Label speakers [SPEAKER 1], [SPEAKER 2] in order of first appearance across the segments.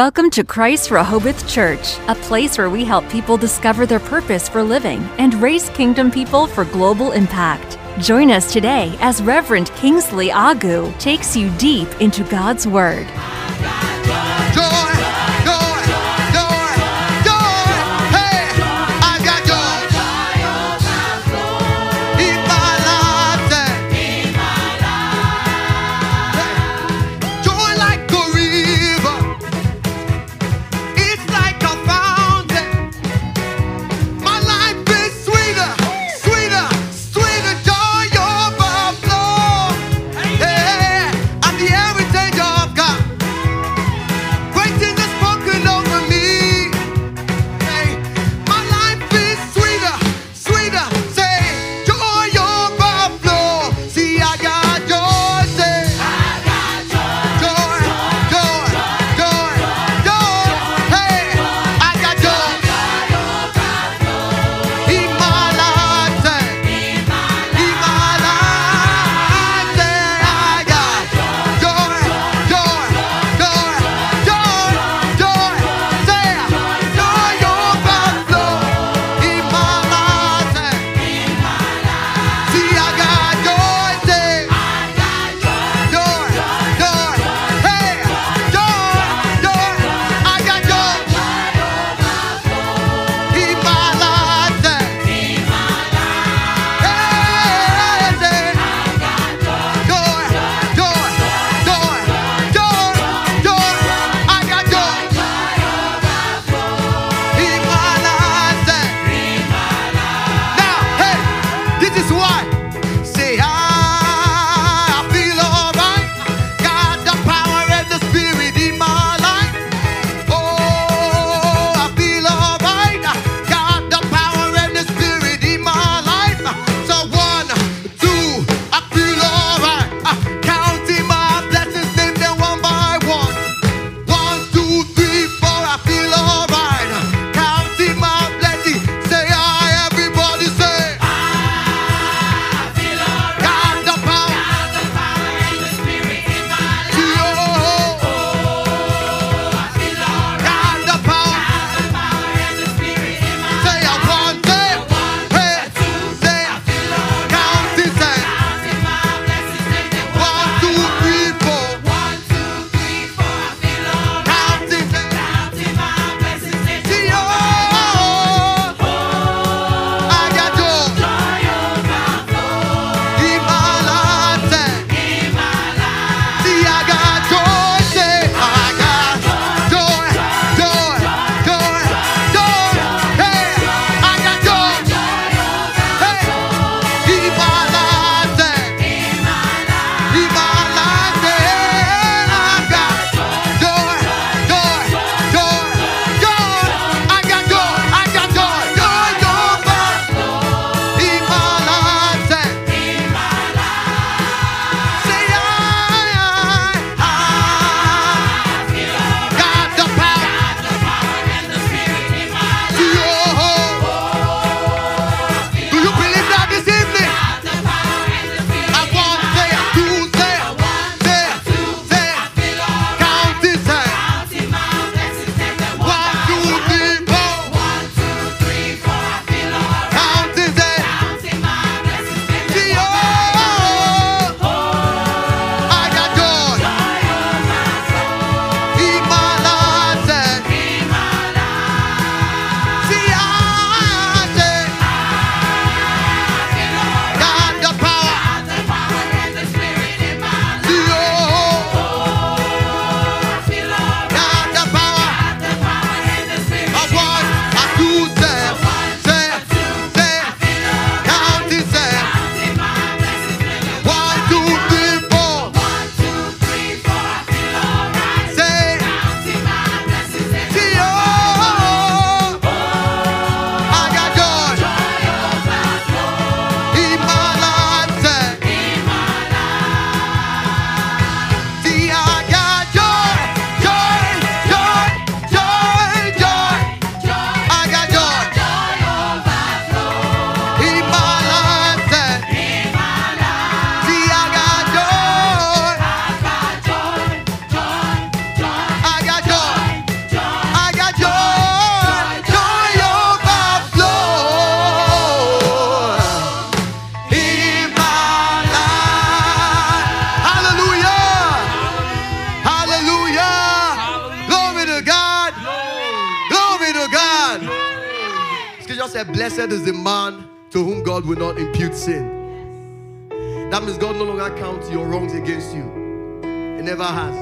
[SPEAKER 1] Welcome to Christ Rehoboth Church, a place where we help people discover their purpose for living and raise kingdom people for global impact. Join us today as Reverend Kingsley Agu takes you deep into God's Word.
[SPEAKER 2] joy, joy, joy, joy. Hey, I've got joy. In my life, eh. in my life. Joy like a river. It's like a fountain. My life is sweeter, sweeter, sweeter joy overflow. Yeah, I'm the everyday job God. oh, Bible said, Blessed is the man to whom God will not impute sin. That means God no longer counts your wrongs against you. It never has.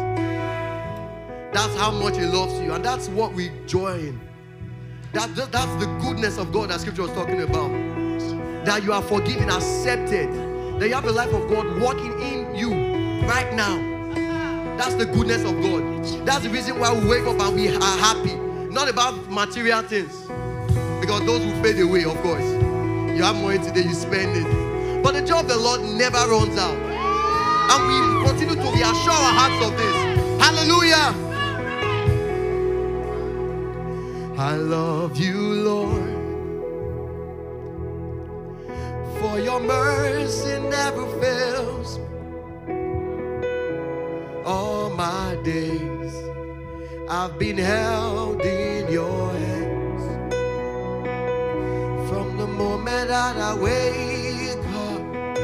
[SPEAKER 2] That's how much He loves you, and that's what we joy in. That, that- that's the goodness of God that Scripture was talking about. That you are forgiven, accepted. That you have the life of God working in you right now. That's the goodness of God. That's the reason why we wake up and we are happy. Not about material things. Because those will fade away, of course. You have money today, you spend it. But the joy of the Lord never runs out. And we continue to reassure our hearts of this. Hallelujah. I love you, Lord. For your mercy never fails me all my days. I've been held in your hands from the moment that I wake up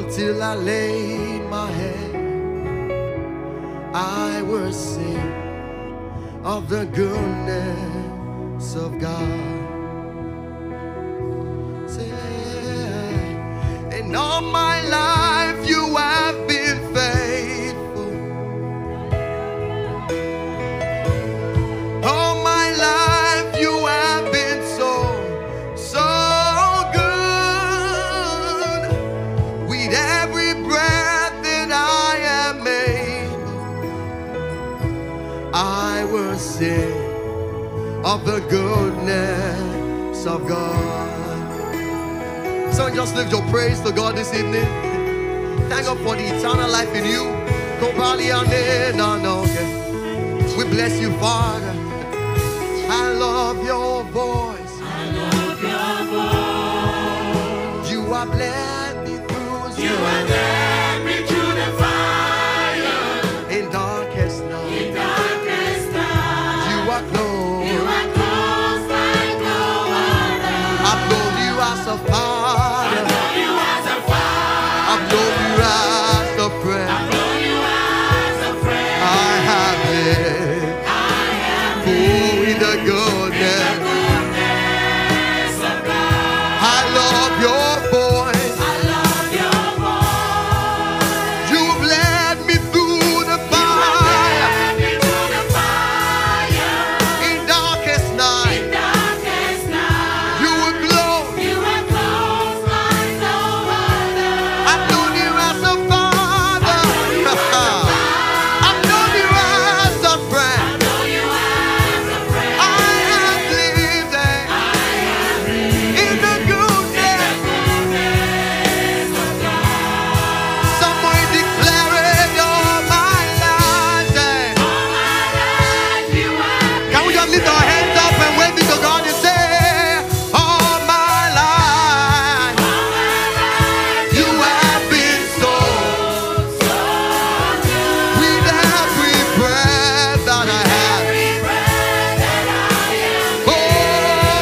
[SPEAKER 2] until I lay my head. I will sing of the goodness of God. Say, In all my life, you have been faithful. All my life you have been so, so good. With every breath that I am made, I will sing of the goodness of God. So just lift your praise to God this evening. Thank God for the eternal life in you. Go Bali, Amen, and okay. We bless you, Father. I love your voice. I love your voice. You have led me through. You have led me through the fire. In darkest night. In darkest night. You are close. You are close like no other. I've known you as a father. I've known you as a friend. I've known you as a friend. I have lived. Ooh, in the goodness. I love your voice. You've led me through the fire. In darkest night, you were close. I've known you as a father. I've known you as a friend. I have lived in the goodness. Somebody declare it all my life. eh. Can we just lift our hands up and wave it to God and say, All my life, you have been so. With every breath that I have, oh,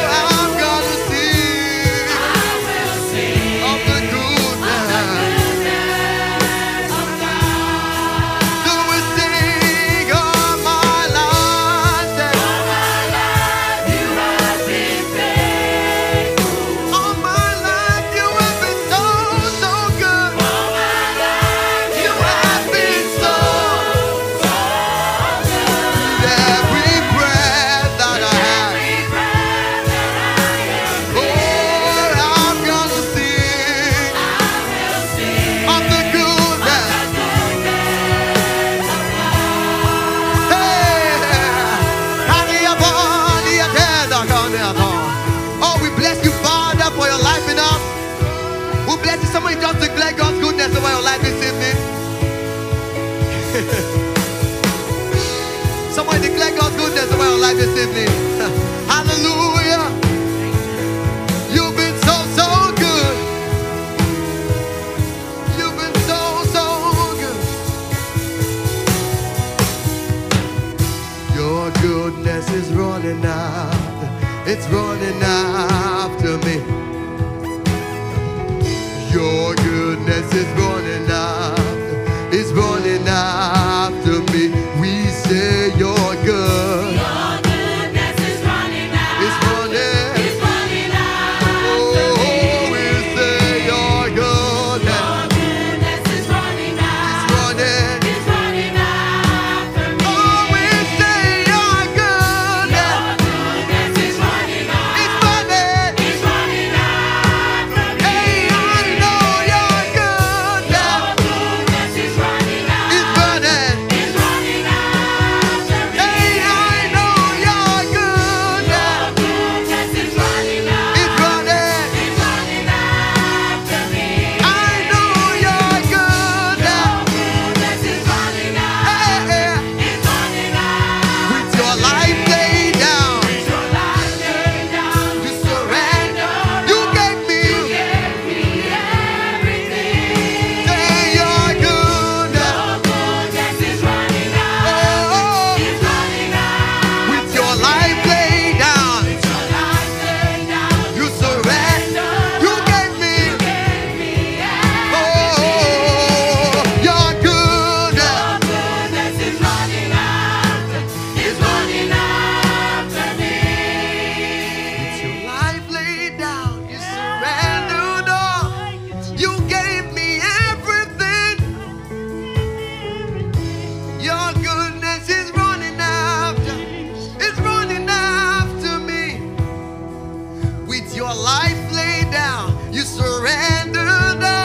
[SPEAKER 2] I'm gonna sing of the goodness. Do we sing all my life? All my life you have been so, so good. You have been so. With every breath that I have, Lord, I'm gonna sing of the goodness. Hey, Hallelujah, hallelujah, hallelujah, hallelujah. Oh, we bless you, Father, for your life in us. We bless you. Somebody just declare God's goodness over your life this evening. Somebody declare God's goodness over your life this evening. Hallelujah. You've been so, so good. You've been so, so good. Your goodness is running out, it's running after me. Your goodness is running out, it's running after me. We say you're good, it's running, Oh, Oh. Oh.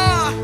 [SPEAKER 2] Oh, Oh,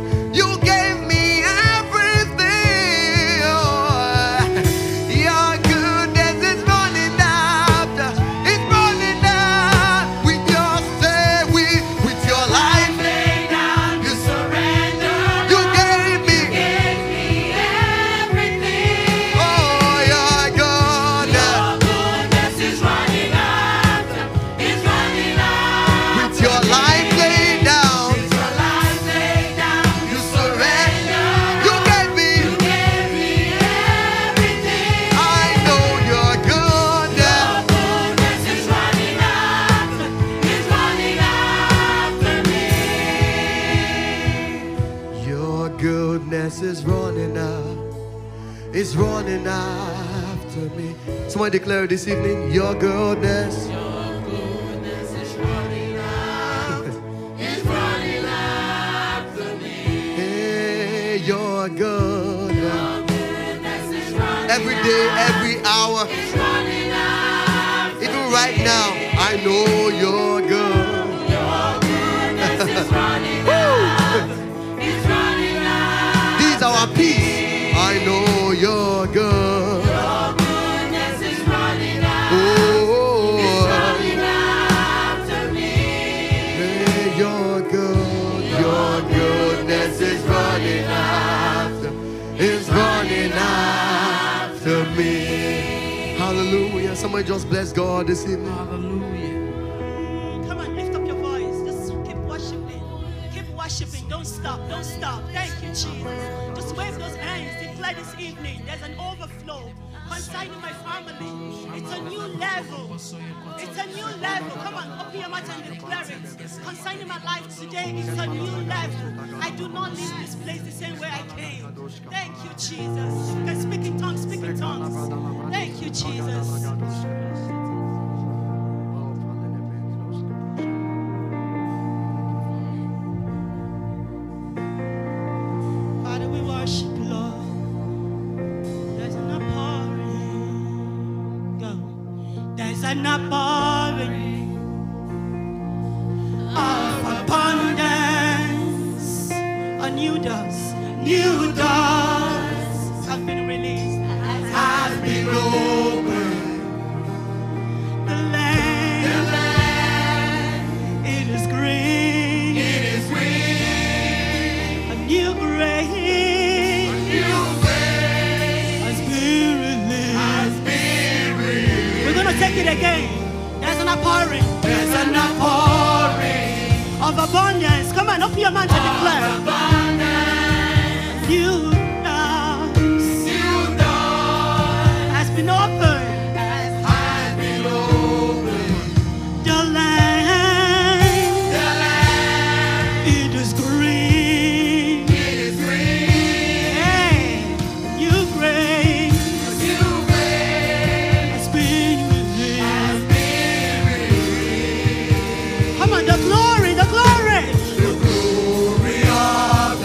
[SPEAKER 3] is running after me. Somebody declare this evening, Your goodness. Hey, Your goodness. Every day, every hour. Even right now, I know Your goodness. These are our peace. I know Your goodness. Oh, Hey, your good, your goodness is running after, is running after me. Hallelujah. Somebody just bless God this evening.
[SPEAKER 4] Hallelujah.
[SPEAKER 5] Come on, lift up your voice. Just keep worshiping. Keep worshiping. Don't stop. Don't stop. Thank you, Jesus. Just wave those hands. Declare this evening. There's an overflow concerning my family. It's a new level. It's a new level. Come on, open your mouth and declare it. Concerning my life today, it's a new level. I do not leave this place the same way I came. Thank you, Jesus. You can speak in tongues. Speak in tongues. Thank you, Jesus. Father, we worship you, Lord. There's an outpouring. Go. There's an outpouring of abundance. A new dust, new dust have been released. Has been opened. The land, the land, it is green. It is a new grace. A new grace. Has been released. We're gonna take it again. There's an outpouring. There's an outpouring. Of abundance. Come on, open your mouth and declare. New doors. Has been opened. The land. It is green. Hey, new grace has been revealed. Come on, the glory, the glory. The glory Oh,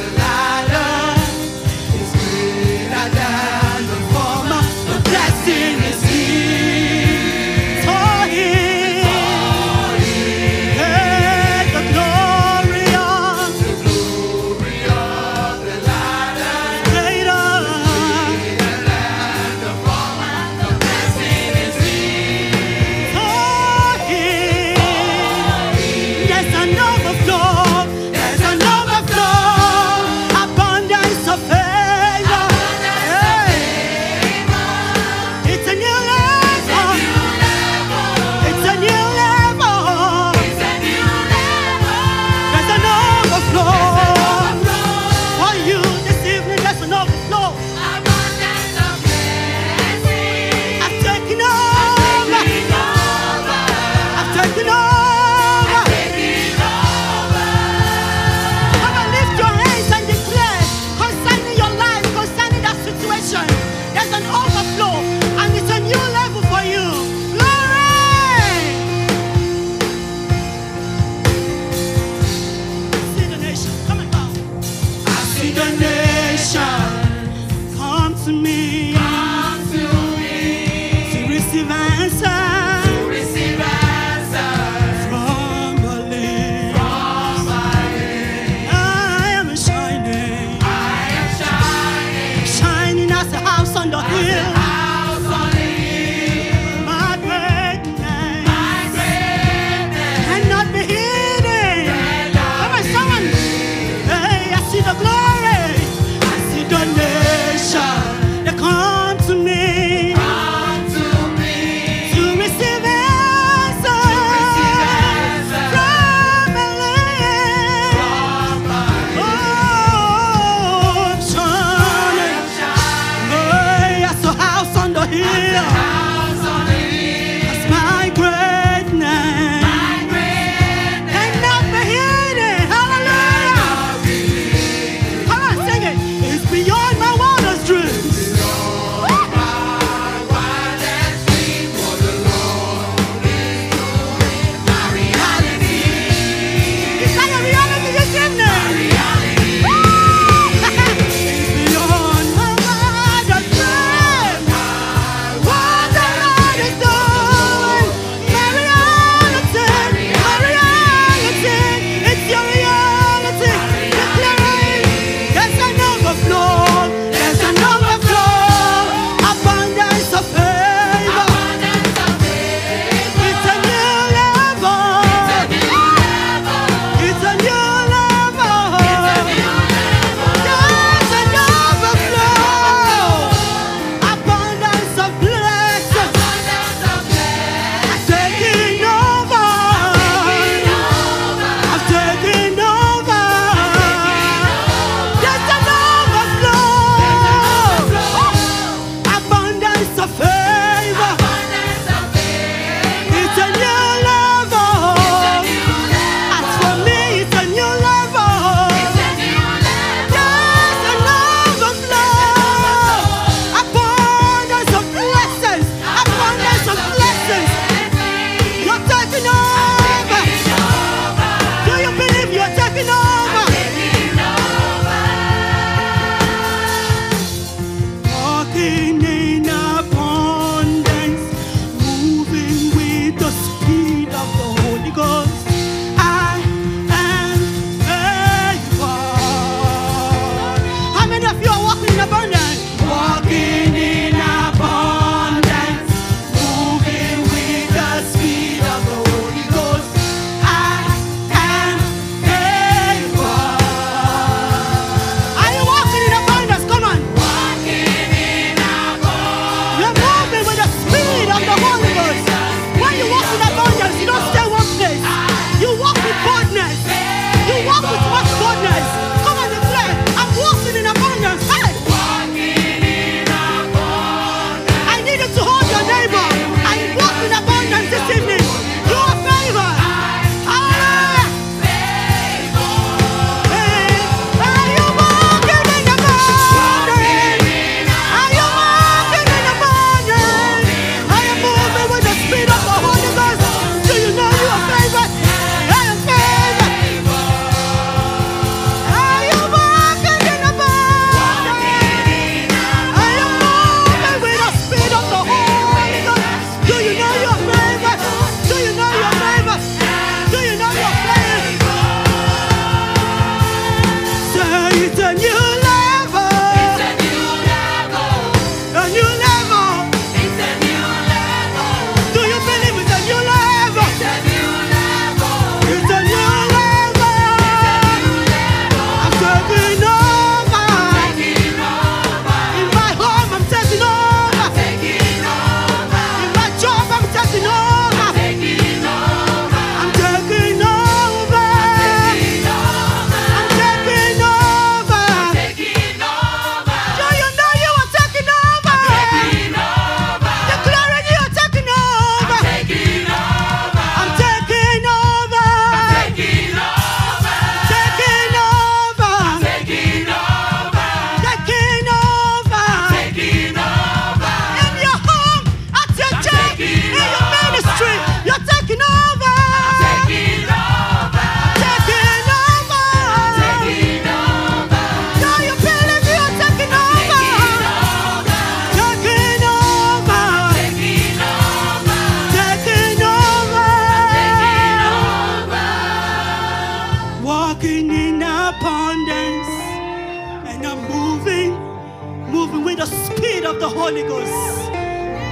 [SPEAKER 5] Holy Ghost.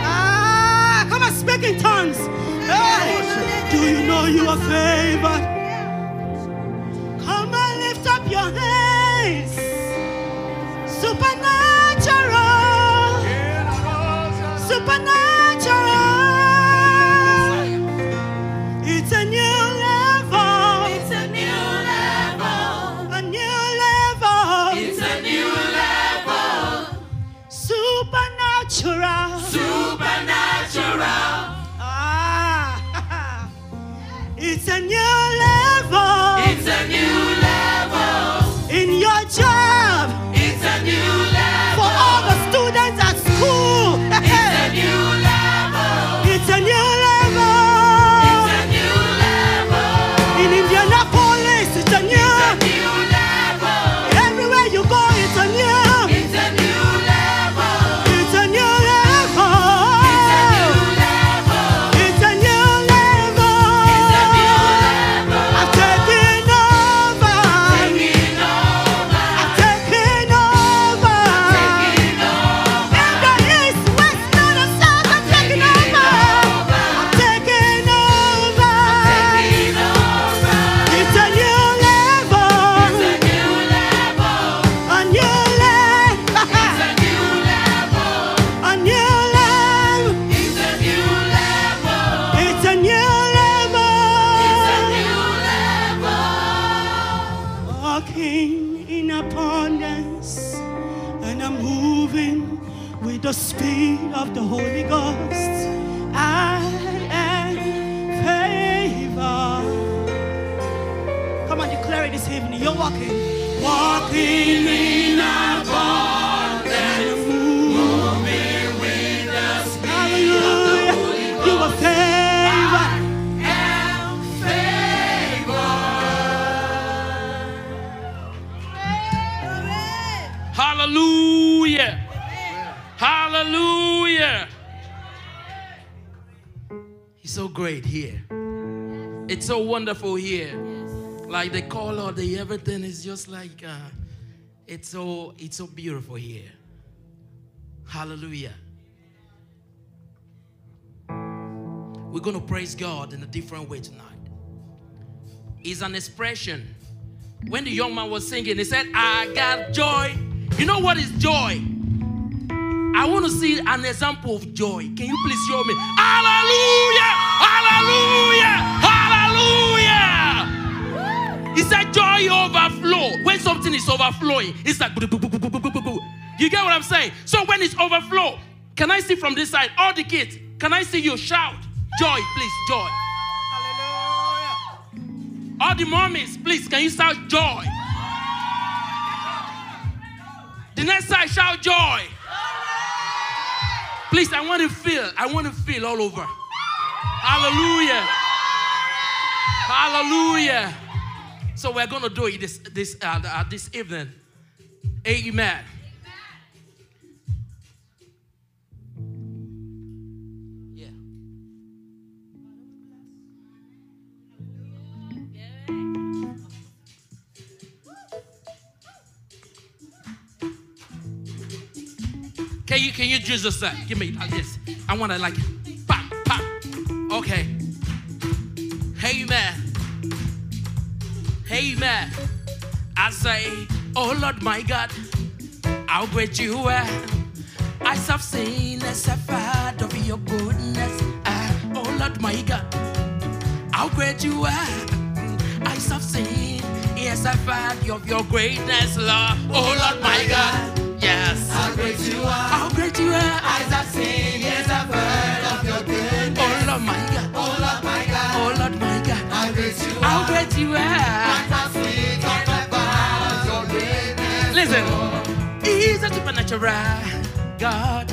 [SPEAKER 5] Ah, come and speak in tongues. Hey, do you know you are favored? Come and lift up your hands. Supernatural. Supernatural. It's a new level. It's a new level. A new level. It's a new level. Supernatural.
[SPEAKER 6] Supernatural.
[SPEAKER 5] Ah, it's a new level
[SPEAKER 6] It's a new level.
[SPEAKER 5] in your job
[SPEAKER 6] It's a new level.
[SPEAKER 5] for all the students at school.
[SPEAKER 6] It's a new level.
[SPEAKER 5] It's a
[SPEAKER 6] It's
[SPEAKER 5] new level
[SPEAKER 6] a new level.
[SPEAKER 5] in Indianapolis. It's
[SPEAKER 6] It's
[SPEAKER 5] a
[SPEAKER 6] a
[SPEAKER 5] new.
[SPEAKER 6] new level.
[SPEAKER 5] Everywhere you go, it's a new.
[SPEAKER 6] It's a new level.
[SPEAKER 5] It's
[SPEAKER 6] It's
[SPEAKER 5] a new
[SPEAKER 6] a new
[SPEAKER 5] level.
[SPEAKER 6] level.
[SPEAKER 5] It's
[SPEAKER 6] It's a
[SPEAKER 5] a new
[SPEAKER 6] new
[SPEAKER 5] level.
[SPEAKER 6] level.
[SPEAKER 5] I'm taking over.
[SPEAKER 6] Taking over.
[SPEAKER 5] I'm taking over.
[SPEAKER 6] Taking over.
[SPEAKER 5] In the east, west, north, and south, I'm taking over. I'm taking
[SPEAKER 6] Taking
[SPEAKER 5] over.
[SPEAKER 6] over.
[SPEAKER 5] It's a new level,
[SPEAKER 6] It's a new level.
[SPEAKER 5] a new
[SPEAKER 6] It's
[SPEAKER 5] level,
[SPEAKER 6] a new level.
[SPEAKER 5] a new level.
[SPEAKER 6] It's a new level.
[SPEAKER 5] It's a new
[SPEAKER 6] It's a
[SPEAKER 5] level.
[SPEAKER 6] new level.
[SPEAKER 5] Walking in abundance, and I'm moving with the speed of the Holy Ghost. I am favored. Come on, declare it this evening. You're walking, walking in abundance, moving with the speed of the Holy Ghost. You are favored.
[SPEAKER 7] Hallelujah. Hallelujah. He's so great here. It's so wonderful here. Like the color, the everything is just like uh, it's so it's so beautiful here. Hallelujah. We're gonna praise God in a different way tonight. It's an expression when the young man was singing, he said, I got joy. You know what is joy? I want to see an example of joy. Can you please show me? Hallelujah! Hallelujah! Hallelujah! It's a joy overflow. When something is overflowing, it's like boo, boo, boo, boo, boo, boo, boo, boo, boo. you get what I'm saying? So when it's overflow, can I see from this side? All the kids, can I see you shout? Joy, please, joy. All the mommies, please, can you shout joy? The next side, shout joy. Please, I want to feel. I want to feel all over. Hallelujah. Hallelujah. So we're gonna do it this this uh, uh, this evening. Amen. Yeah. Can you can you just just that? Give me uh, this. I want to like pop pop. Okay. Hey man. Hey man. I say, oh Lord my God, how great you are. I have seen and suffered of your goodness. Ah, oh Lord my God, how great you are. I have seen, yes, I've heard of your greatness, Lord. Oh Lord my God, yes.
[SPEAKER 6] How great you are.
[SPEAKER 7] How great you are. I,
[SPEAKER 6] Eyes have seen, ears have heard of your goodness.
[SPEAKER 7] oh Lord my God.
[SPEAKER 6] Oh Lord, my God,
[SPEAKER 7] Oh Lord my God.
[SPEAKER 6] how great you are.
[SPEAKER 7] How great you are.
[SPEAKER 6] How sweet and above your greatness.
[SPEAKER 7] Listen. He's a supernatural God.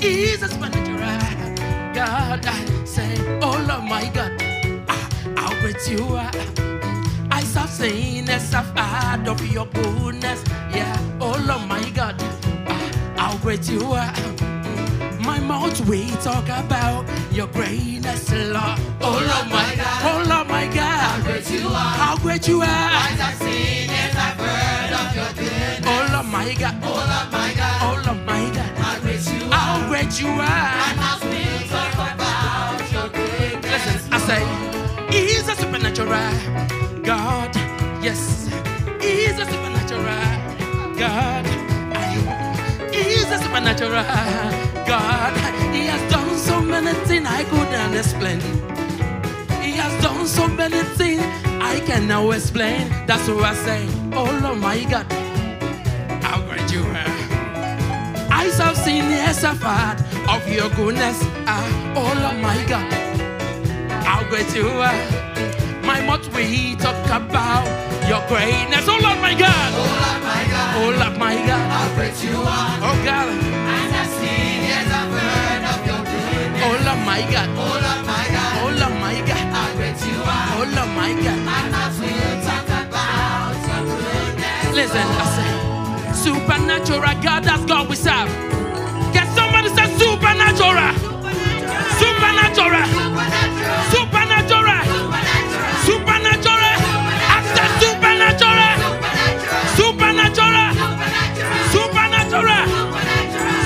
[SPEAKER 7] He's a supernatural God. I say, oh Lord my God. ah, How great you are. I have seen and suffered of your goodness. Yeah. Oh Lord my God. ah, How great you are. Mm. My mouth we talk about your greatness, Lord. Oh Lord, my God. Oh Lord, my God. How great you are. How great you are. Eyes have seen and I've heard of your goodness. Oh Lord, my God. Oh Lord, my God. Oh Lord, my God. How great you are.
[SPEAKER 5] And I'll still talk about your goodness.
[SPEAKER 7] Listen, I say, He's a supernatural God. Yes, He's a supernatural God. I- He's a supernatural God. He has done so many things I couldn't explain. He has done so many things I can now explain. That's why I say, Oh Lord, my God, how great you are. Eyes have seen, ears have heard of your goodness. Ah, oh Lord, my God how great you are. My mouth will talk about your greatness. Oh Lord, my God. Oh Lord, my God. How great you are. Oh God. Oh Lord, my God. Oh Lord, my God. Oh Lord, my God. Listen, I say, supernatural God, that's God we serve. Can somebody say supernatural? Supernatural. Supernatural. Supernatural. After supernatural. Supernatural. Supernatural.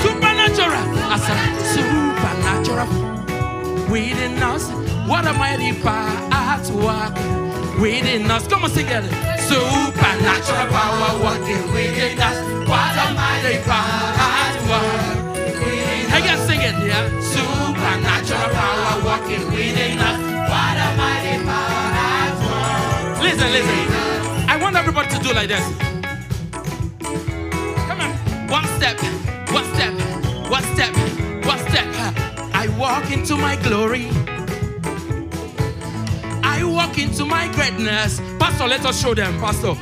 [SPEAKER 7] Supernatural. I said supernatural. Within us, what a mighty power at work. Within us, come on, sing it. Supernatural power working within us. What a mighty power at work. Hey, guys, sing it, yeah. Supernatural power working within us. What a mighty power at work. Listen, listen. I want everybody to do like this. Come on. One step, one step, one step, one step. I walk into my glory. I walk into my greatness. Pastor, let us show them, Pastor.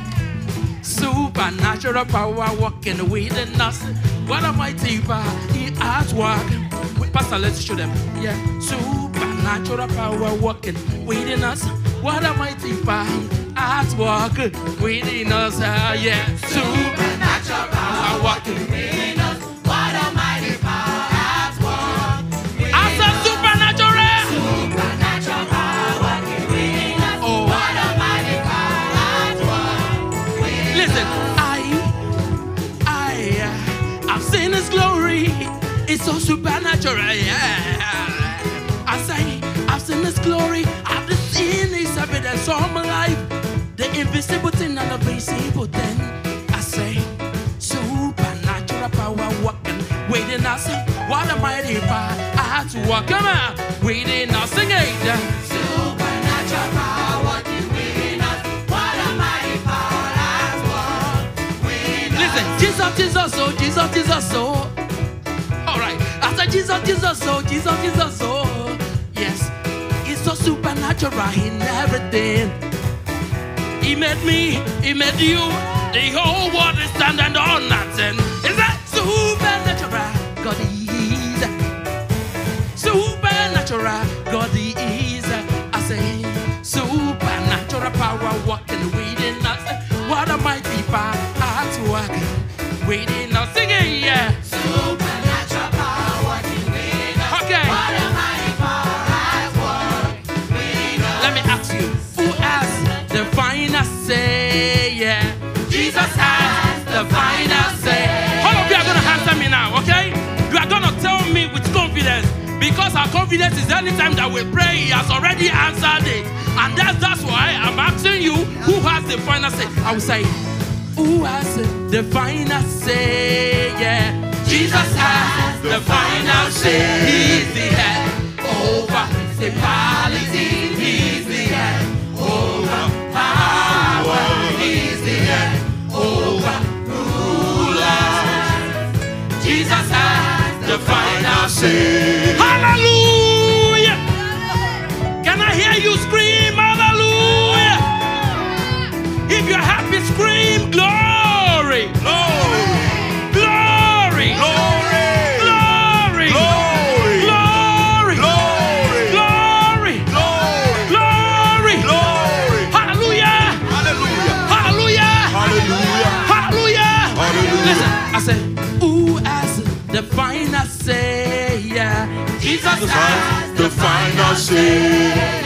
[SPEAKER 7] Supernatural power working within us. What a mighty power he has worked. Wait, Pastor, let's show them. Yeah. Supernatural power working within us. What a mighty power at work within us. Ah, yeah. Supernatural power working within us. What a mighty power at work. I said supernatural. Supernatural power working within us. Oh. What a mighty power at work. Listen, I I, I've seen His glory. It's so supernatural. Yeah. I say, I've seen His glory. I've seen His evidence all my life. The invisible thing and the visible thing. I say, supernatural power working within us. What a mighty power I had to walk. Come on, within us. Sing it. Supernatural power working within us. What a mighty power at work. Listen, Jesus, Jesus, oh, Jesus, Jesus, oh. All right, I said Jesus, Jesus, oh, Jesus, Jesus, oh. Yes, it's so supernatural in everything. He made me, he made you. The whole world is standing on nothing. Is that supernatural? God is supernatural. God is, I say, supernatural power working within us. What a mighty power at work within us. Sing it, yeah. Supernatural power working within us. Okay. What a mighty power at work within us. Let me ask you, who has the final say? Yeah. Jesus has the final say. All of you are gonna answer me now, okay? You are gonna tell me with confidence because our confidence is anytime that we pray, He has already answered it. And that's that's why I'm asking you who has the final say. I will say, who has the final say? Yeah, Jesus has the final say. He's the head over principality. He's the head over power. He's the head over rulers. Jesus has the final say. Hallelujah! Can I hear you scream hallelujah? If you're happy, scream glory! Glory! Glory! Glory! Glory! Glory! Glory! Hallelujah! Hallelujah! Hallelujah!
[SPEAKER 8] Hallelujah.
[SPEAKER 7] Listen, I said, who has the final say? Yeah. Jesus has the final say.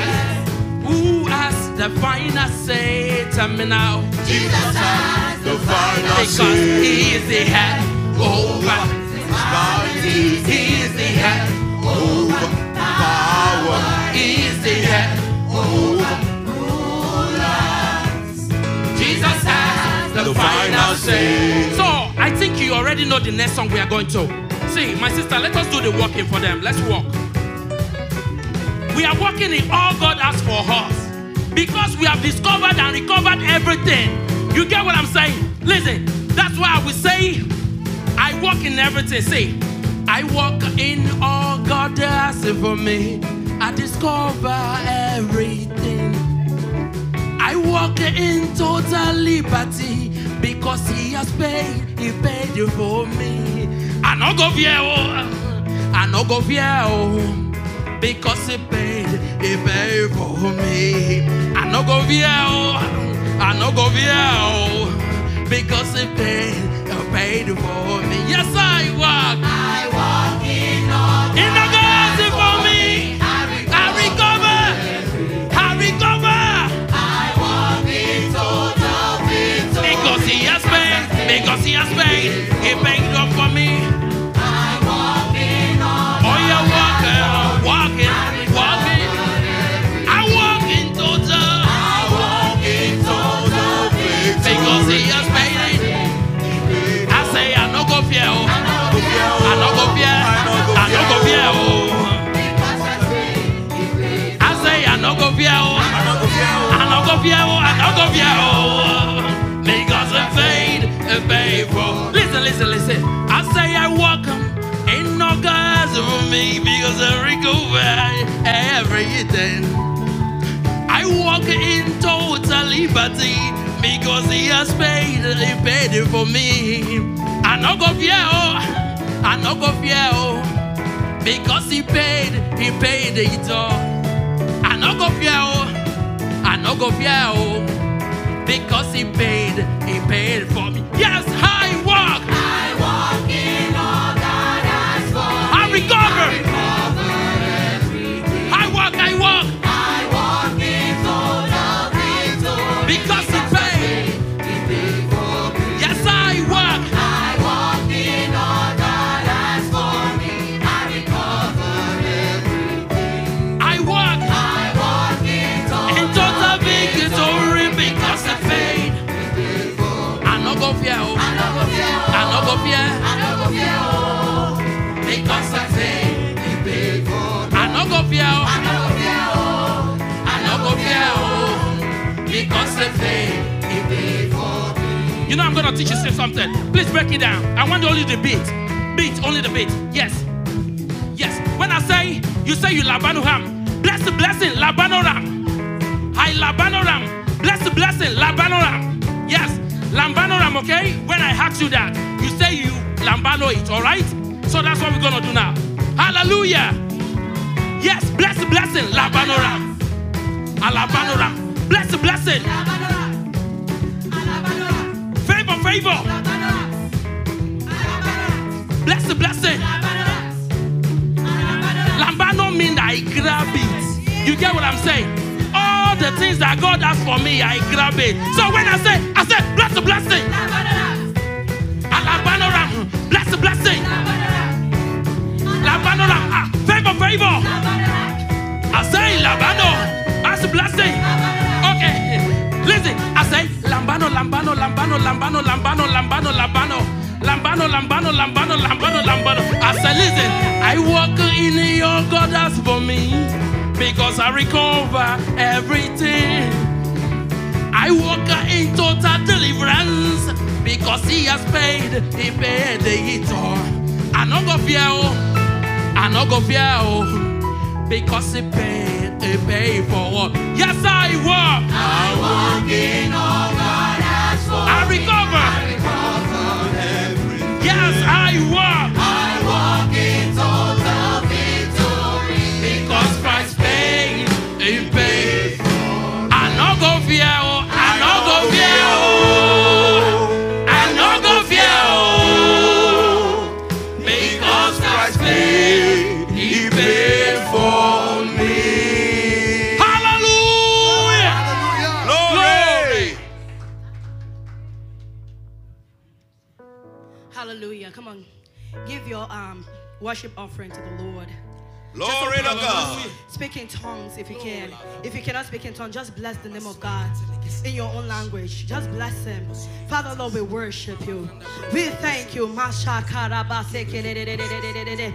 [SPEAKER 7] Who has the final say? Tell me now. Jesus has the final say. Because he is the head over
[SPEAKER 5] Power is in the hand. Over. Power is the hand. Over. Rulers. Jesus has the final say.
[SPEAKER 7] So I think you already know the next song we are going to. See, my sister, let us do the walking for them. Let's walk. We are walking in all God has for us because we have discovered and recovered everything. You get what I'm saying? Listen, that's why I will say, I walk in everything. See, I walk in all God has for me. I discover everything. I walk in total liberty because he has paid, he paid you for me. I no go fear, oh, I no go fear, oh, because he paid, he paid for me. I no go fear, oh, I no go fear, oh, because he paid, he paid for me. Yes, I walk.
[SPEAKER 5] I walk in all
[SPEAKER 7] In the God for me, I recover, I recover,
[SPEAKER 5] I walk in total victory.
[SPEAKER 7] because he has paid, because he has paid, he paid up for me.
[SPEAKER 5] I walk in all
[SPEAKER 7] Oh, you're walking, walking, walking. I walk in total. I walk in total because he has paid it. I say I no go fear, oh. I no go fear, I no go fear, oh. I say I no go fear, oh. I no go fear, oh. I no go fear, oh. Because I paid, I paid for. Listen, listen, listen. I say I welcome. Ain't no guys for me because I recover everything. I walk in total liberty because he has paid, he paid it for me. I no go fear, oh. I no go fear, oh. Because he paid, he paid it all. I no go fear, oh. I no go fear, oh. Because he paid, he paid for me. Yes, I walk,
[SPEAKER 5] I walk in all God has for
[SPEAKER 7] I recover, I walk, I walk.
[SPEAKER 5] I walk in total victory.
[SPEAKER 7] Because he paid. Yes, I work.
[SPEAKER 5] I walk in all God has for me. I recover everything.
[SPEAKER 7] I work.
[SPEAKER 5] I walk in
[SPEAKER 7] In total
[SPEAKER 5] total
[SPEAKER 7] victory because he paid. I no go fear. oh.
[SPEAKER 5] I no go fear.
[SPEAKER 7] I no go fear.
[SPEAKER 5] I no go fear. oh. Because I paid, He paid for me.
[SPEAKER 7] I no go fear. oh.
[SPEAKER 5] I no go fear. oh. I
[SPEAKER 7] I no go fear. oh. Because he paid.
[SPEAKER 5] He paid for me.
[SPEAKER 7] You know I'm gonna teach you something. Please break it down. I want only the beat. Beat, only the beat. Yes. Yes. When I say, you say you labano ham. Bless the blessing, labano ram. I labano ram. Bless the blessing, labano ram. Yes. Lambano ram, okay? When I ask you that, you say you lambano it, alright? So that's what we're gonna do now. Hallelujah. Yes, bless the blessing, labano ram. Alabano ram. Bless the blessing. Favor, favor. Bless the blessing. Lambano mean I grab it. You get what I'm saying? All the things that God has for me, I grab it. So when I say, I say, bless the blessing. Alabano ram, bless the blessing. Labano ram, ah, favor, favor. I say Lambano, that's the blessing. Okay, listen. I say Lambano, Lambano, Lambano, Lambano, Lambano, Lambano, Lambano, Lambano, Lambano, Lambano, Lambano, Lambano. I say, listen. I walk in your God that's for me because I recover everything. I walk in total deliverance because He has paid. He paid it all. I no go fear. oh. I no go fear oh, because he paid, he paid for what. Yes, I walk,
[SPEAKER 5] I walk in all God has for
[SPEAKER 7] I
[SPEAKER 5] me.
[SPEAKER 7] recover.
[SPEAKER 5] I recover everything.
[SPEAKER 7] Yes, I walk,
[SPEAKER 5] I walk in total victory
[SPEAKER 7] because Christ paid, he paid. I no go fear oh, I no go fear oh, I no go fear oh, because Christ paid, he paid for me. Hallelujah.
[SPEAKER 3] Hallelujah.
[SPEAKER 7] Glory.
[SPEAKER 9] Hallelujah. Come on. Give your um, worship offering to the Lord.
[SPEAKER 5] Glory to God.
[SPEAKER 9] Speak in tongues if you can. If you cannot speak in tongues, just bless the name of God in your own language. Just bless Him. Father, Lord, we worship you. We thank you. Mashakarabaseke-de-de-de-de-de-de-de-de.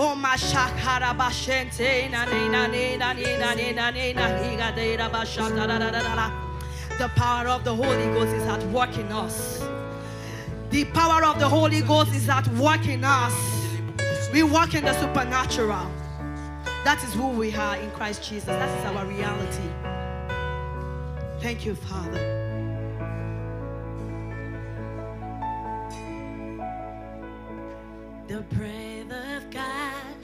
[SPEAKER 9] Oh, mashakarabashente na ni na ni na ni na ni na ni na ni ga de ra ba sha da da da da da da. The power of the Holy Ghost is at work in us. The power of the Holy Ghost is at work in us. We walk in the supernatural. That is who we are in Christ Jesus. That is our reality. Thank you, Father. The breath of God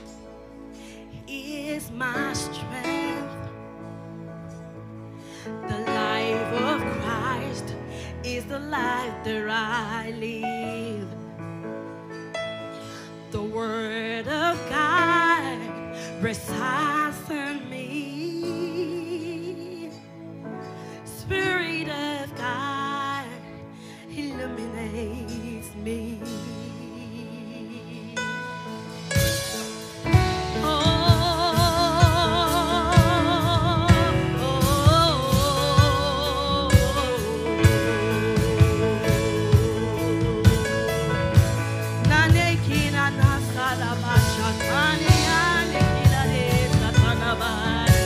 [SPEAKER 9] is my strength. The life of Christ is the life that I live. The word of God resides in me. Spirit of God illuminates me. Oh, Oh. Naneki na nasala basha, nane ane kila lesa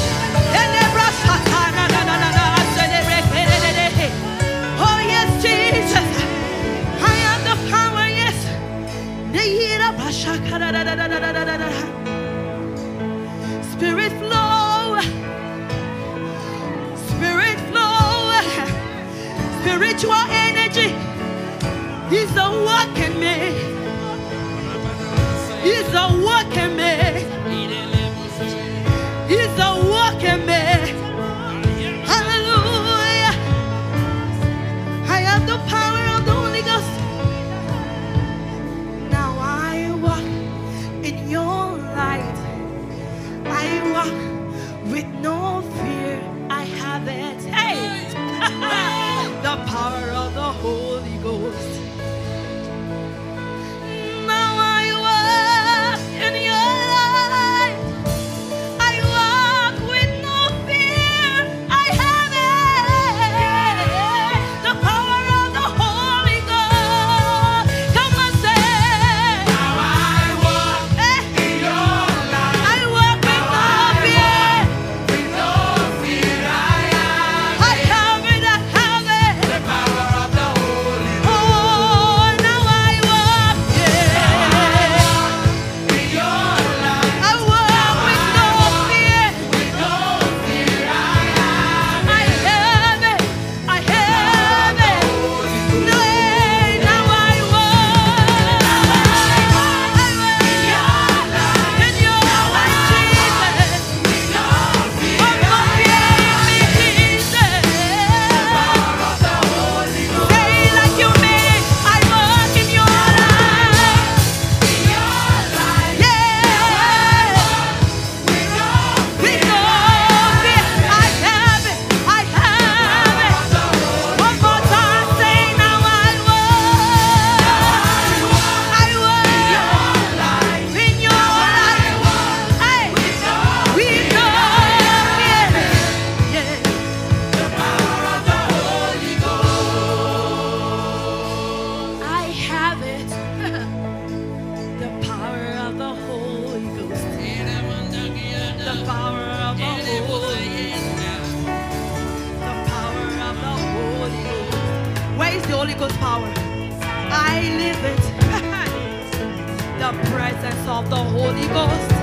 [SPEAKER 6] Oh, spiritual energy. He's the working man. He's the working man. He's the working man. Hallelujah. I have the power of the Holy Ghost. Now I walk in your light. I walk with no fear. I have it. Hey! the power of the Holy Ghost. Now I walk in your light. I walk with no fear. I have it. The power of the Holy Ghost. Come on, say.
[SPEAKER 10] Now I walk
[SPEAKER 6] Eh,
[SPEAKER 10] in your light.
[SPEAKER 6] I walk with no fear.
[SPEAKER 10] With no fear I am.
[SPEAKER 6] I have it, I have it.
[SPEAKER 10] The power of the Holy
[SPEAKER 6] Oh, now I walk, yeah.
[SPEAKER 10] Ghost in your light.
[SPEAKER 6] I walk with no fear.
[SPEAKER 10] With no fear I am.
[SPEAKER 6] I have it, I have it. Nay, now I walk. I walk in your light, Jesus. Oh, no fear in me, Jesus. Say like you mean, I walk in your light. Yeah. With no fear, I have it, I have it. One more time, say now I walk. I walk in your light. Hey. With no fear. Yeah. I have it. the power of the Holy Ghost. The power of the Holy The power of the Holy Ghost. Where is the Holy Ghost power? I live it. the presence of the Holy Ghost.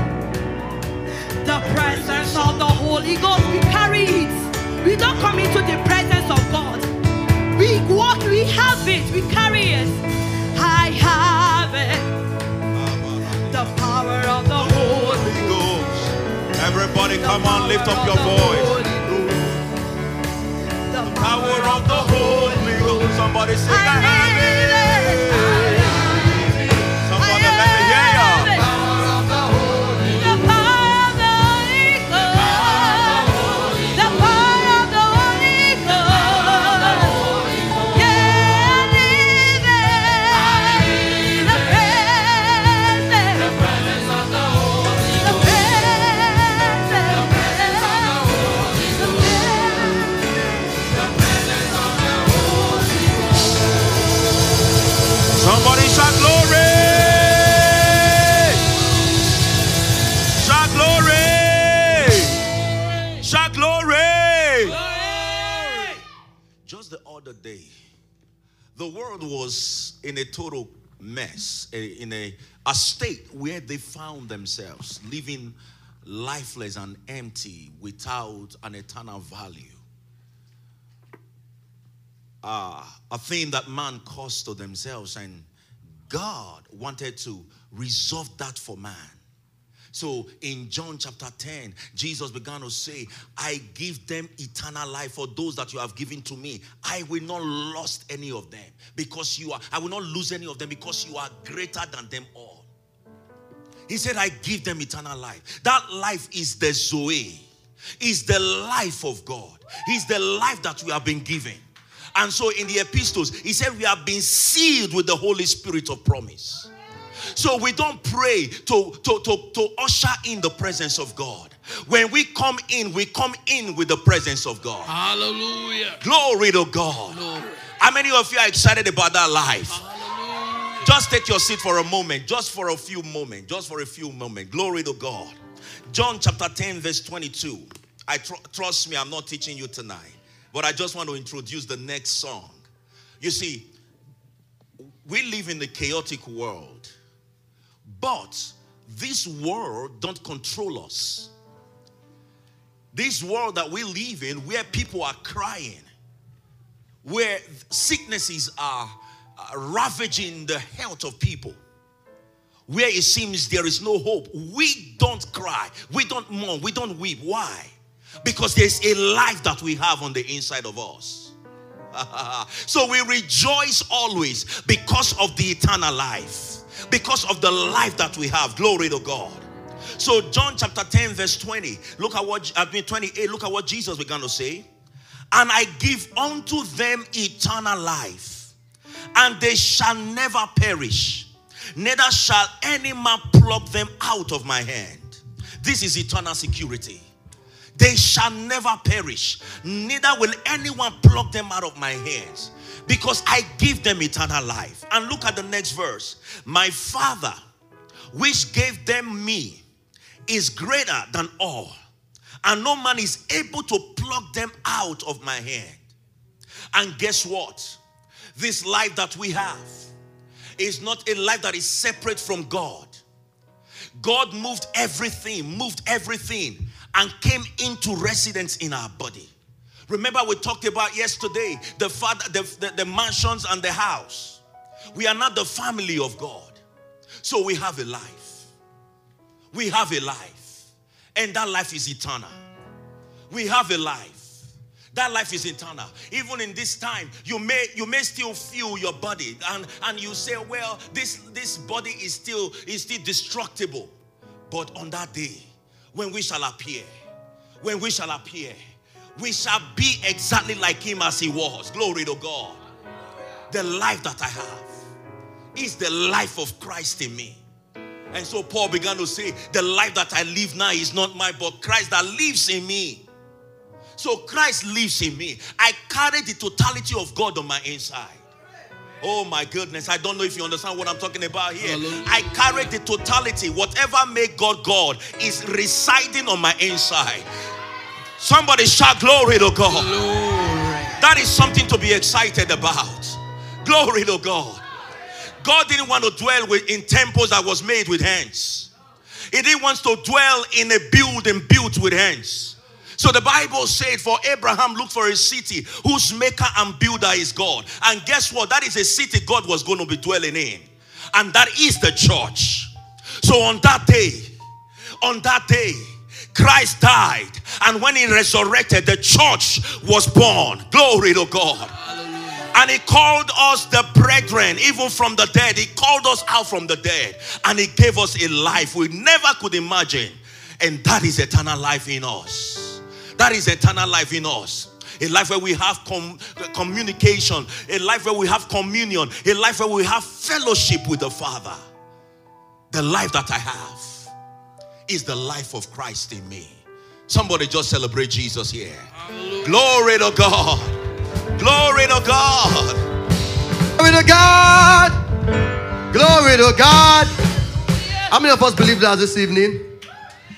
[SPEAKER 6] The presence of the Holy Ghost. We carry it. We don't come into the presence of God. We walk, we have it, we carry it. I have it. The power of the Holy
[SPEAKER 8] Holy Ghost. Everybody,
[SPEAKER 6] The
[SPEAKER 8] come on, lift up
[SPEAKER 6] power
[SPEAKER 8] your
[SPEAKER 6] of the
[SPEAKER 8] voice.
[SPEAKER 6] Holy Ghost. The
[SPEAKER 8] Power of the Holy Ghost. Somebody sing,
[SPEAKER 6] I
[SPEAKER 8] I have
[SPEAKER 6] need it.
[SPEAKER 8] it.
[SPEAKER 6] I
[SPEAKER 8] Somebody let me hear ya.
[SPEAKER 6] have it. The power of the Holy Ghost. The power of the Holy Ghost. Yeah, I need it. The presence. The presence of the Holy Ghost.
[SPEAKER 8] Somebody shout glory. Shout glory. Shout glory. Just the other day, the world was in a total mess, a- in a, a state where they found themselves living lifeless and empty without an eternal value. Ah, a thing that man caused to themselves, and God wanted to resolve that for man. So in John chapter 10, Jesus began to say, I give them eternal life for those that you have given to me. I will not lost any of them because you are, I will not lose any of them because you are greater than them all. He said, I give them eternal life. That life is the Zoe, is the life of God, is the life that we have been given. And so in the epistles, he said, We have been sealed with the Holy Spirit of promise. So we don't pray to, to, to, to usher in the presence of God. When we come in, we come in with the presence of God.
[SPEAKER 11] Hallelujah.
[SPEAKER 8] Glory to God.
[SPEAKER 11] Glory.
[SPEAKER 8] How many of you are excited about that life? Just take your seat for a moment, just for a few moments, just for a few moments. Glory to God. John chapter 10, verse 22. I tr- trust me, I'm not teaching you tonight, but I just want to introduce the next song. You see, we live in a chaotic world, but this world don't control us this world that we live in where people are crying where sicknesses are uh, ravaging the health of people, where it seems there is no hope, we don't cry, we don't mourn, we don't weep. Why? Because there's a life that we have on the inside of us. so we rejoice always because of the eternal life, because of the life that we have. Glory to God. So John chapter 10 verse 20. Look at what I mean 28. Look at what Jesus began to say. And I give unto them eternal life, and they shall never perish, neither shall any man pluck them out of my hand. This is eternal security. They shall never perish, neither will anyone pluck them out of my hands, because I give them eternal life. And look at the next verse. My Father, which gave them me, is greater than all, and no man is able to pluck them out of my hand. And guess what? This life that we have is not a life that is separate from God. God moved everything, moved everything, and came into residence in our body. Remember, we talked about yesterday the father, the, the, the mansions and the house. We are not the family of God. So we have a life. We have a life. And that life is eternal. We have a life. That life is eternal. Even in this time, you may you may still feel your body and, and you say, well, this, this body is still is still destructible. But on that day, when we shall appear, when we shall appear, we shall be exactly like him as he was. Glory to God. The life that I have is the life of Christ in me. And so Paul began to say, The life that I live now is not mine, but Christ that lives in me. So Christ lives in me. I carry the totality of God on my inside. Oh my goodness, I don't know if you understand what I'm talking about here. I carry the totality. Whatever made God God is residing on my inside. Somebody shout glory to God. That is something to be excited about. Glory to God. God didn't want to dwell with, in temples that was made with hands. He didn't want to dwell in a building built with hands. So the Bible said, For Abraham looked for a city whose maker and builder is God. And guess what? That is a city God was going to be dwelling in. And that is the church. So on that day, on that day, Christ died. And when he resurrected, the church was born. Glory to God. And he called us the brethren, even from the dead. He called us out from the dead. And he gave us a life we never could imagine. And that is eternal life in us. That is eternal life in us. A life where we have com- communication, a life where we have communion, a life where we have fellowship with the Father. The life that I have is the life of Christ in me. Somebody just celebrate Jesus here. Glory to God. Glory to God.
[SPEAKER 3] Glory to God. Glory to God. How many of us believe that this evening?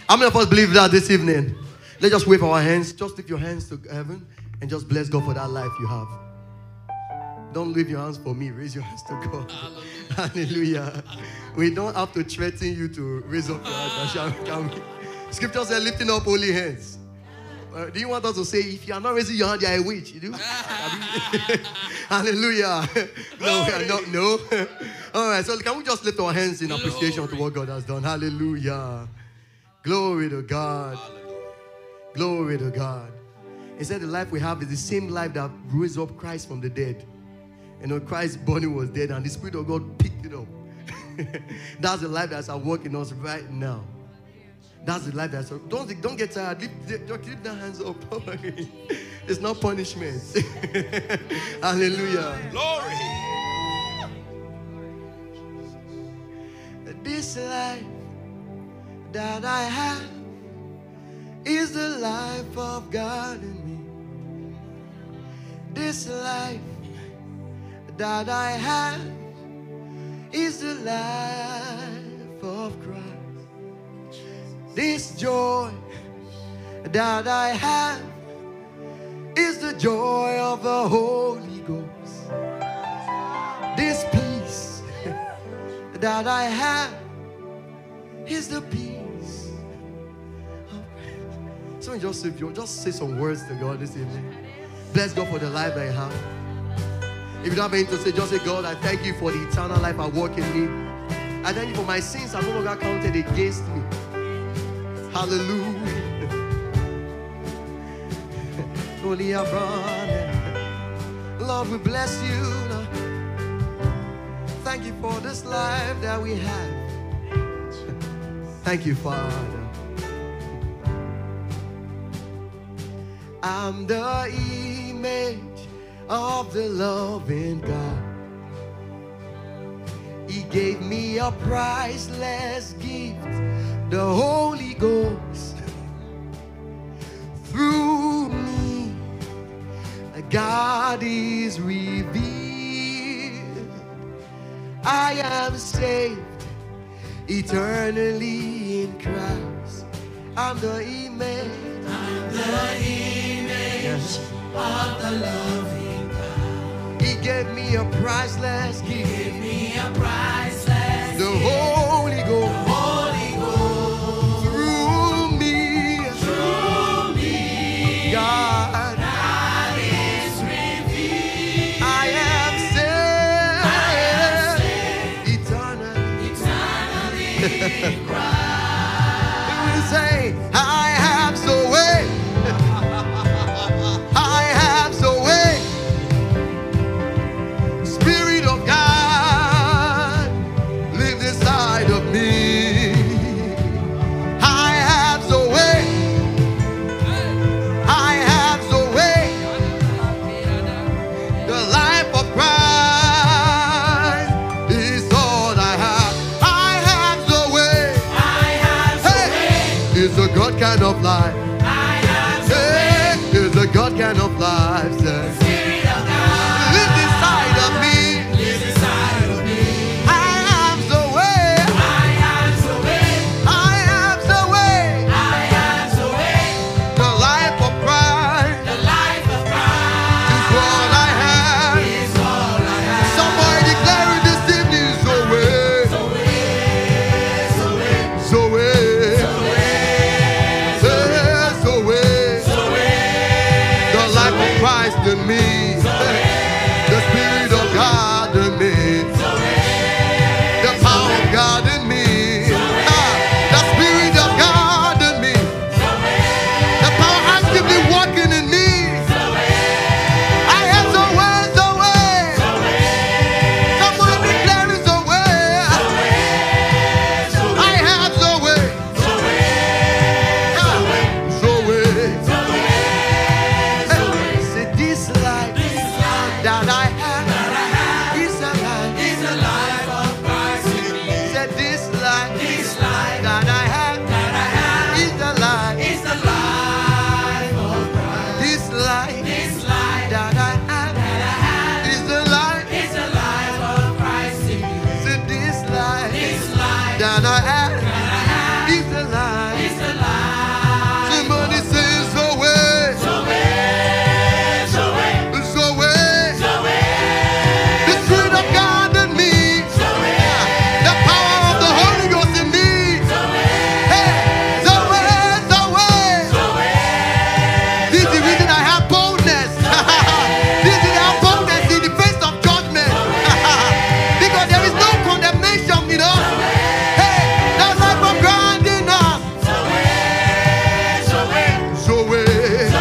[SPEAKER 3] How many of us believe that this evening? Let's just wave our hands. Just lift your hands to heaven and just bless God for that life you have. Don't leave your hands for me. Raise your hands to God. Hallelujah. We don't have to threaten you to raise up your hands. shall we? Can we? Scripture says lifting up holy hands. Uh, do you want us to say, if you are not raising your hand, you are a witch? You do? Hallelujah. no, we are not, no. All right, so can we just lift our hands in appreciation to what God has done? Hallelujah. Glory to God. Glory to God. He said the life we have is the same life that raised up Christ from the dead. You know, Christ's body was dead and the Spirit of God picked it up. That's the life that's at work in us right now. That's the life that's don't don't get tired. Lift, just lift the hands up. it's not punishment. Hallelujah.
[SPEAKER 8] Glory.
[SPEAKER 3] This life that I have is the life of God in me. This life that I have is the life of Christ. This joy that I have is the joy of the Holy Ghost. This peace that I have is the peace. Someone just say, just say some words to God this evening. Bless God for the life I have.
[SPEAKER 2] If you don't have anything to say, just say, God, I thank you for the eternal life at work in me. I thank you for my sins are no longer counted against me. Hallelujah. Holy Abraham. Lord, we bless you. Lord. Thank you for this life that we have. Thank you, Father. I'm the image of the loving God. He gave me a priceless gift, the Holy Ghost. Through me, God is revealed. I am saved eternally in Christ. I'm the image. Yes. He gave me a priceless gift. The Holy Ghost. Through me. God. I am saved. Eternally. It will say, I have the way. I have the way. Spirit of God, live inside of me. I have the way. I have the way. The life of Christ is all I have. I have the way. Hey, it's a God kind of life. Hey, it's a God kind of life. sir. Live inside of me. I am the way. I am the way. The life of Christ is what I have. Somebody declaring this evening, so way. So way. Say, so way. The life of Christ in me. The Spirit of God in me. The power of God in me. Ah, The Spirit of God in me. The power actively working in me. I have the way, the way. Someone declaring the way. I have the way. Ah, The way. Hey, Say this life that I have is a life. Said this life that I have is the life. This life that I have is the life. Said this life that I have is the life. Somebody says the way, it's the way. The Spirit of God in me, the power of the Holy Ghost in me. Hey, the way, the way. This is the reason I have boldness. this is our boldness in the face of judgment. because there is no condemnation in us. Hey, that's not from God in us. So way. The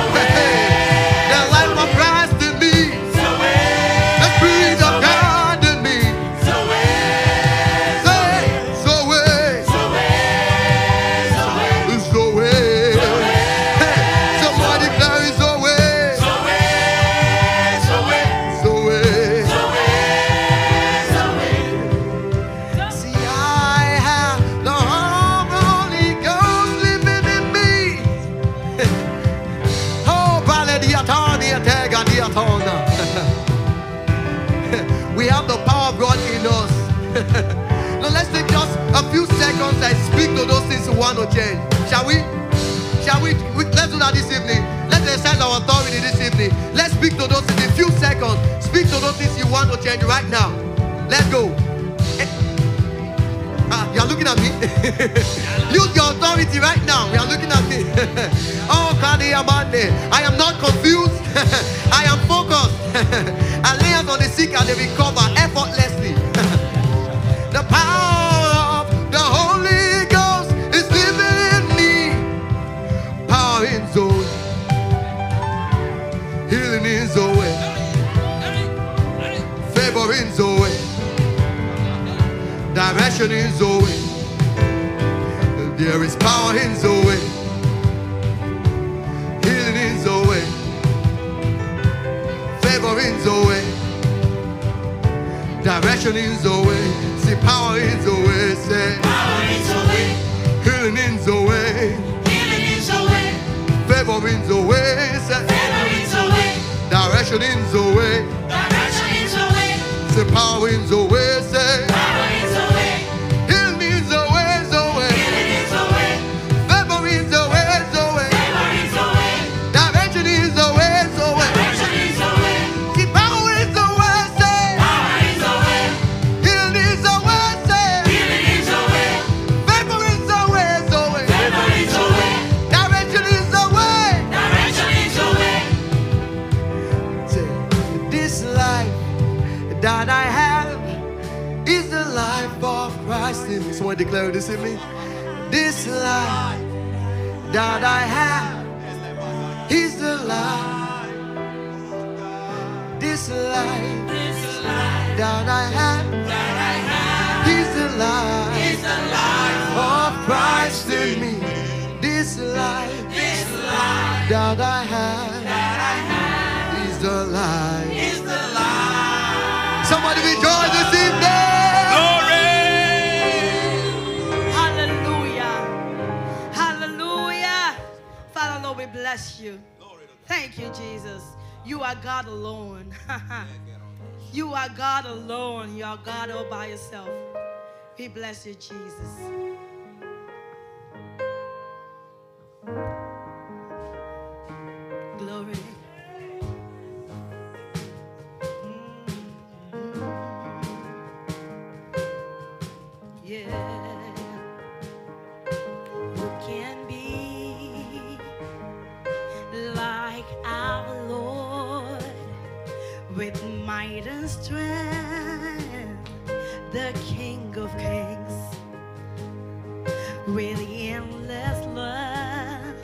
[SPEAKER 2] life of Christ in me. The Spirit of God in me. Say, so way. It's the way. Hey, somebody there is the way. It's the way. See, I have the Holy Ghost living in me. Oh, Bale Diatona, Diatega, Diatona. We have the power of God in us. now let's take just a few seconds and speak to those things who want to change. Shall we? Shall we? we let's do that this evening. Let's exercise our authority this evening. Let's speak to those things in a few seconds. Speak to those things you want to change right now. Let's go. Eh, Ah, you are looking at me. Use your authority right now. You are looking at me. oh, Kade Yamane. I am not confused. I am focused. Alliance on the sick, in Zoe. Direction in Zoe. There is power in Zoe. Healing in Zoe. Favor in Zoe. Direction in Zoe. See power in Zoe. Say healing in Zoe. Favor in Zoe. Say direction in Zoe. See power in Zoe. Say healing in Zoe. Zoe. Favor in Zoe. Zoe. Direction in Zoe. Zoe. See power in Zoe. Say. Healing is the way, say. Favor is the way, Zoe. Direction is the way. Say, This life that I have is the life of Christ in me. Someone declare this in me. This life that I have is the life. This life that I have is the life of Christ in me. This life that I have is the life. Somebody rejoice this evening.
[SPEAKER 9] Hallelujah. Hallelujah. Father, Lord, we bless you. Thank you, Jesus. You are God alone. you are God alone. You are God all by yourself. We bless you, Jesus. Glory. Mm. Yeah who can be like our Lord with might and strength, the King of Kings, with endless love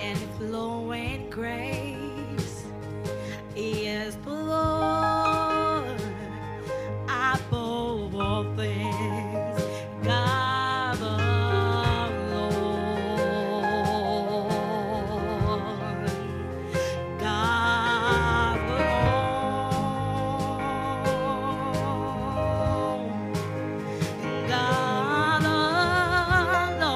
[SPEAKER 9] and flowing grace. He is the Lord above all things. God of Lord. God alone. God alone.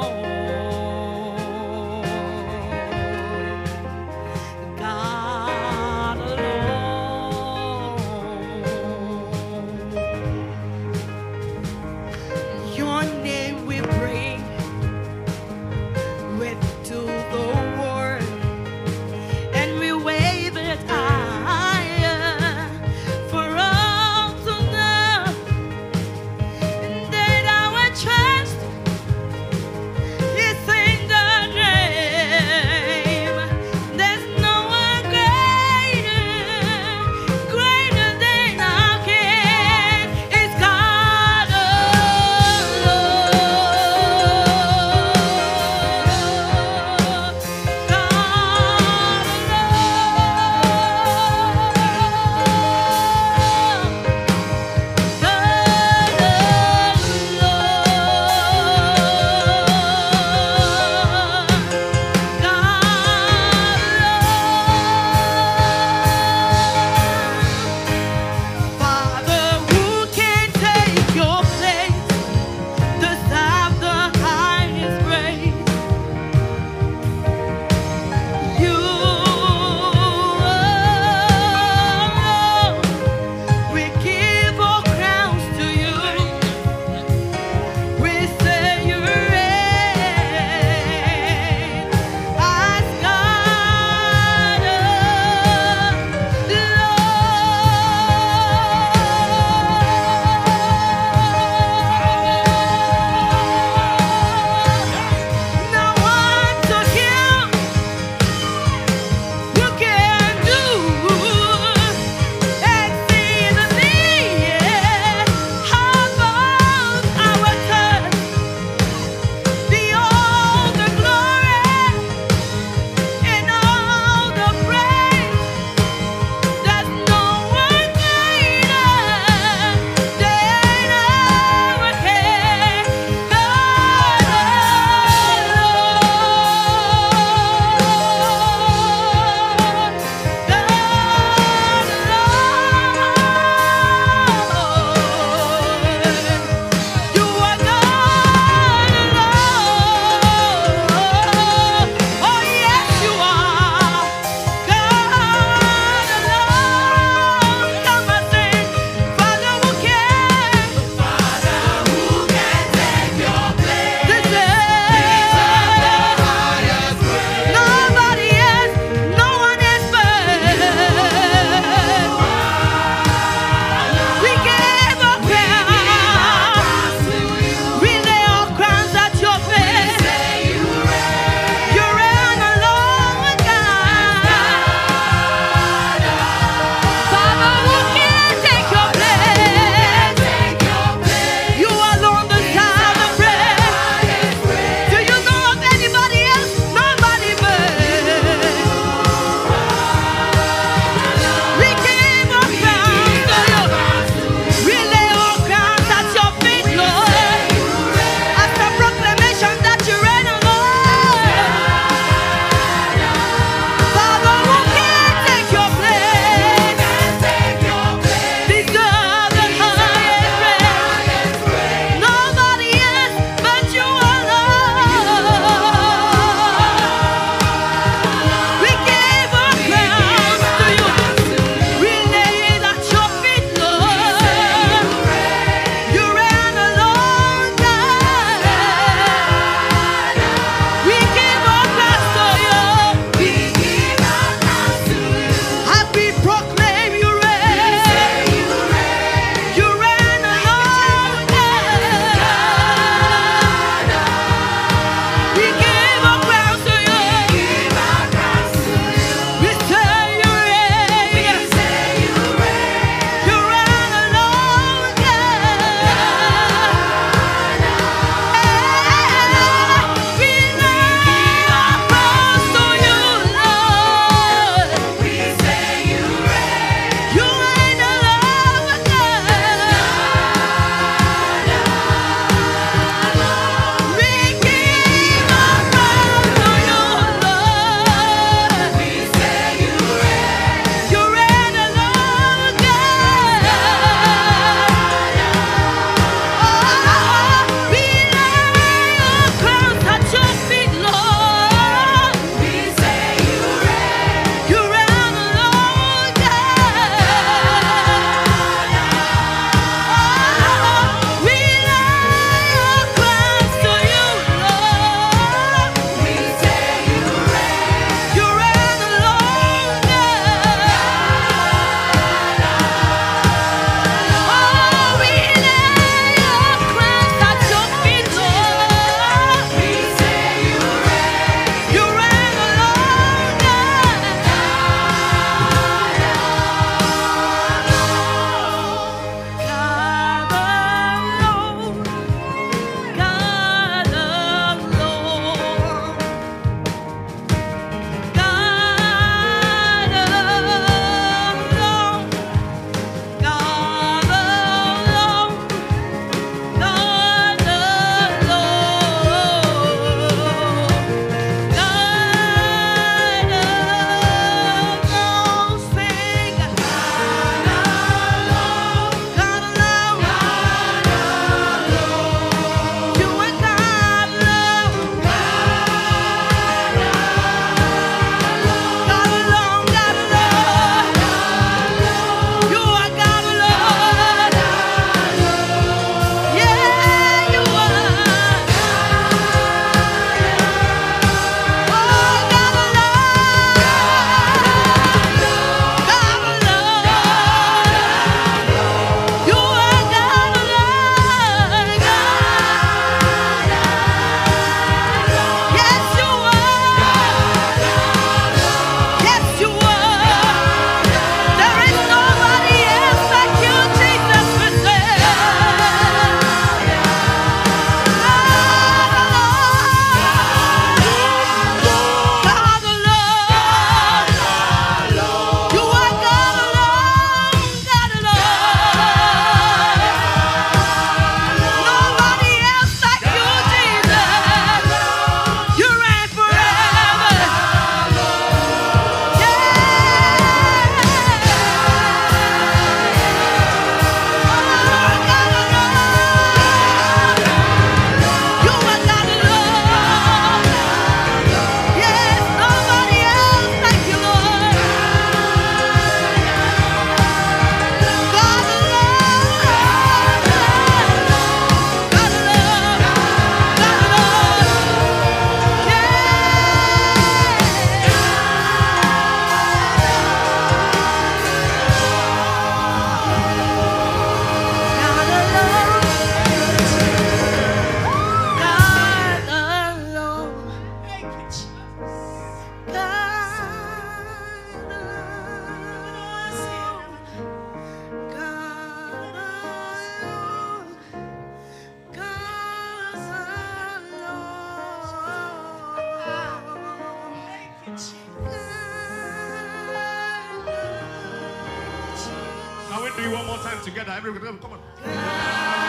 [SPEAKER 11] we do it one more time together? Everybody, come on.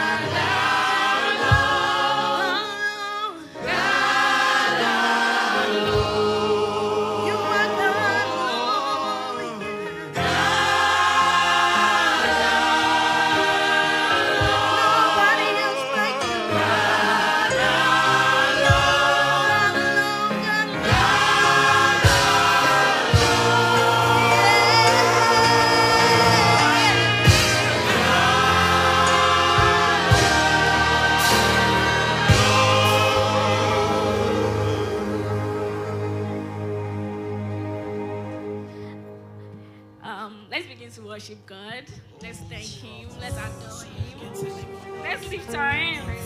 [SPEAKER 6] Um, let's begin to worship God. Let's thank Him. Let's adore Him. Let's lift our hands.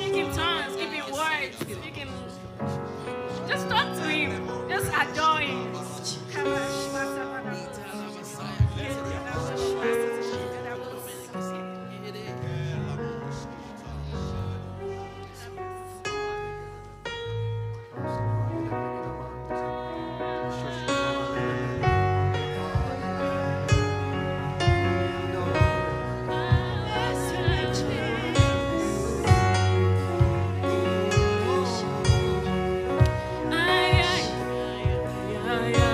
[SPEAKER 6] Speak in tongues. Speak in words. Speak in. Just talk to Him. Just adore Him.
[SPEAKER 10] Oh,
[SPEAKER 6] Yeah, yeah, yeah.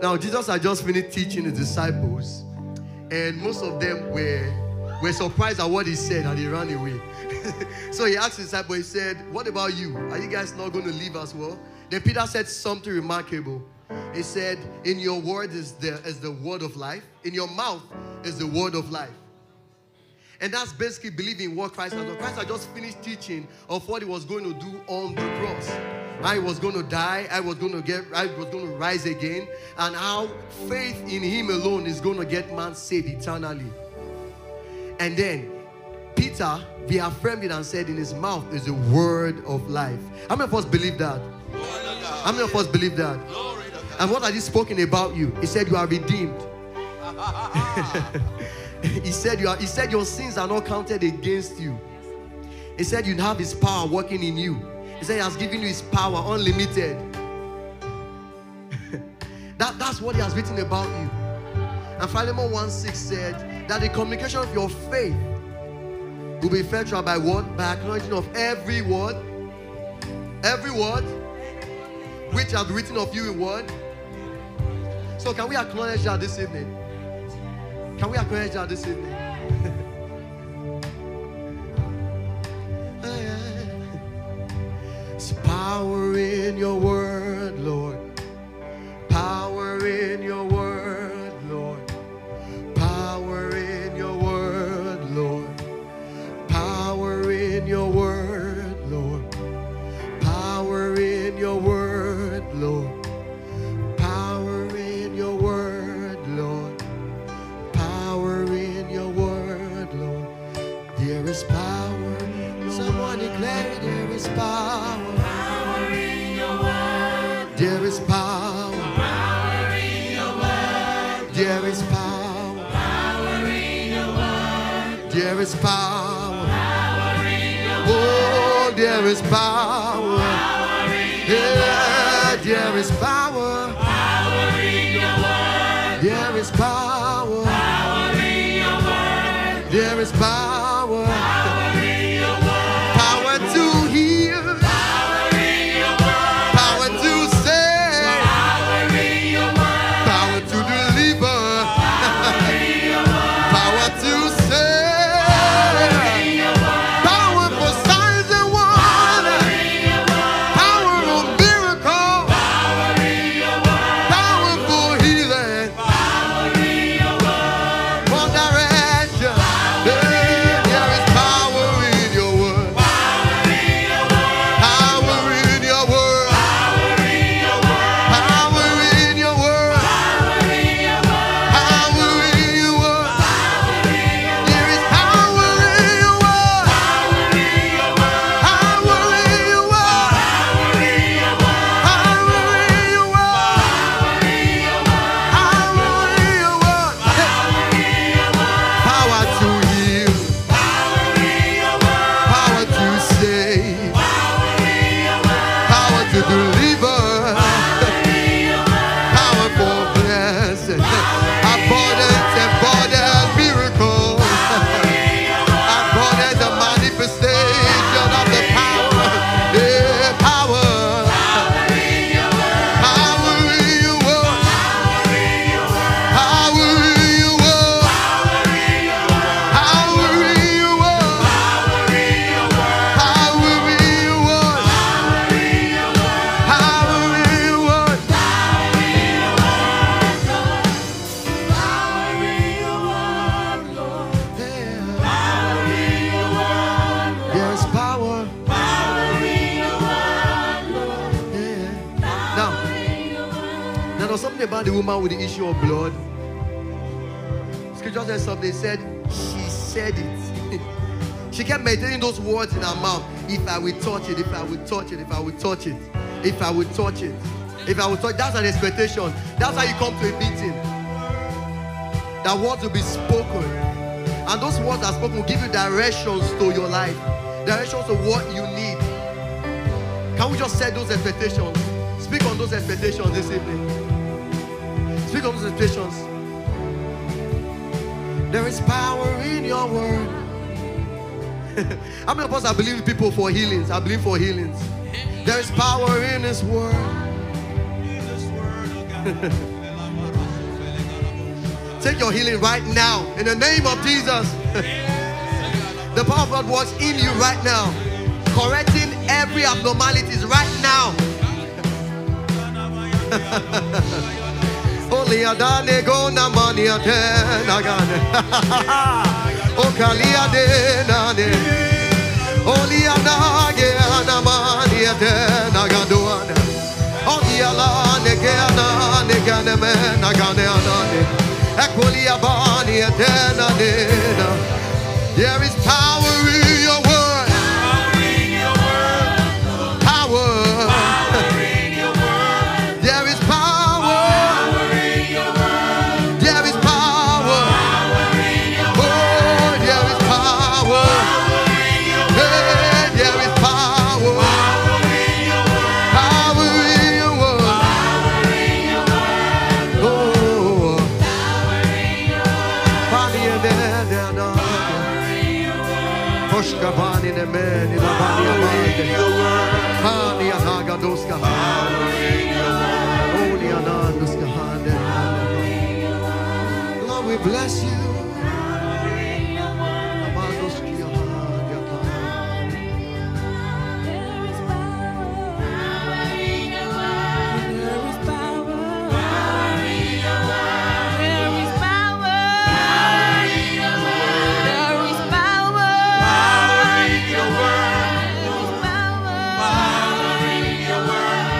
[SPEAKER 3] Now, Jesus had just finished teaching the disciples, and most of them were, were surprised at what he said and they ran away. so he asked his disciples, he said, What about you? Are you guys not going to leave as well? Then Peter said something remarkable. He said, In your word is the, is the word of life, in your mouth is the word of life. And that's basically believing what Christ has done. Christ had just finished teaching of what he was going to do on the cross. I was going to die, I was going to get I was going to rise again, and how faith in him alone is going to get man saved eternally. And then Peter reaffirmed it and said, In his mouth is the word of life. How many of us believe that? How many of us believe that? And what has he spoken about you? He said you are redeemed. he said you are, he said your sins are not counted against you. He said you have his power working in you. He said he has given you his power unlimited. that, that's what he has written about you. And Philemon 1 6 said that the communication of your faith will be effectual by what? By acknowledging of every word, every word which has written of you in word. So can we acknowledge that this evening? Can we acknowledge that this evening? It's power in your word, Lord. Power in your word, Lord. Power in your word, Lord. Power in your word, Lord. Power in your word, Lord. Power in your word, Lord. Power in your word, Lord. There is power. Someone declare it, there is power. Power in your word. There is power. Power in your word. There is power. Power in your word. There is power. Power in your word. Oh, there is power. Power in your yeah, word. There is power. Power in your word. There is power. Power in your word. There is power. Power to heal. Power to save. Power to deliver. Power to save. Power for signs and wonders. Power for miracles. Power for healing. For direction. There is power in your word. Power in your word. Power in your word. Power in your word. There is power in your word. Power in your word. Power in your word. Power in your word. Power to heal. Power to save. Power to deliver. Power for blessing. Abundance, abundance, miracles. Abundance, the manifestation of the power. Yeah, power. Power in your word. Power in your word. Power in your word. Power in your word. Power in your word. There is power. Yeah. Now, now there's something about the woman with the issue of blood. Scripture says something. It said she said it. she kept meditating those words in her mouth. If I will touch it, if I will touch it, if I will touch it, if I will touch it, if I will touch. That's an expectation. That's how you come to a meeting. That words will be spoken. And those words I spoken will give you directions to your life, directions to what you need. Can we just set those expectations? Speak on those expectations this evening. Speak on those expectations. There is power in your word. How many of us are believing people for healings? I believe for healings. There is power in His word. Take your healing right now in the name of Jesus. the power of God works in you right now, correcting every abnormalities right now. Only a dane go na mani a ten agane. O kalia de na de. Only a nage a na mani a ten agaduane. Only a la ne ke a na ne ke ne me na gane a na ne. Ekuli a bani a ten a de na. There is power in your word. Power. There is power. There is power. Oh, there is power. Hey, there is power. Power in your word. Oh. Body and head and all. Koshka body and man in the body of mind. Body and hagadoska. Holy and handuska hand in hand. Lord, we bless you. Amadoski hagadoska.
[SPEAKER 6] Power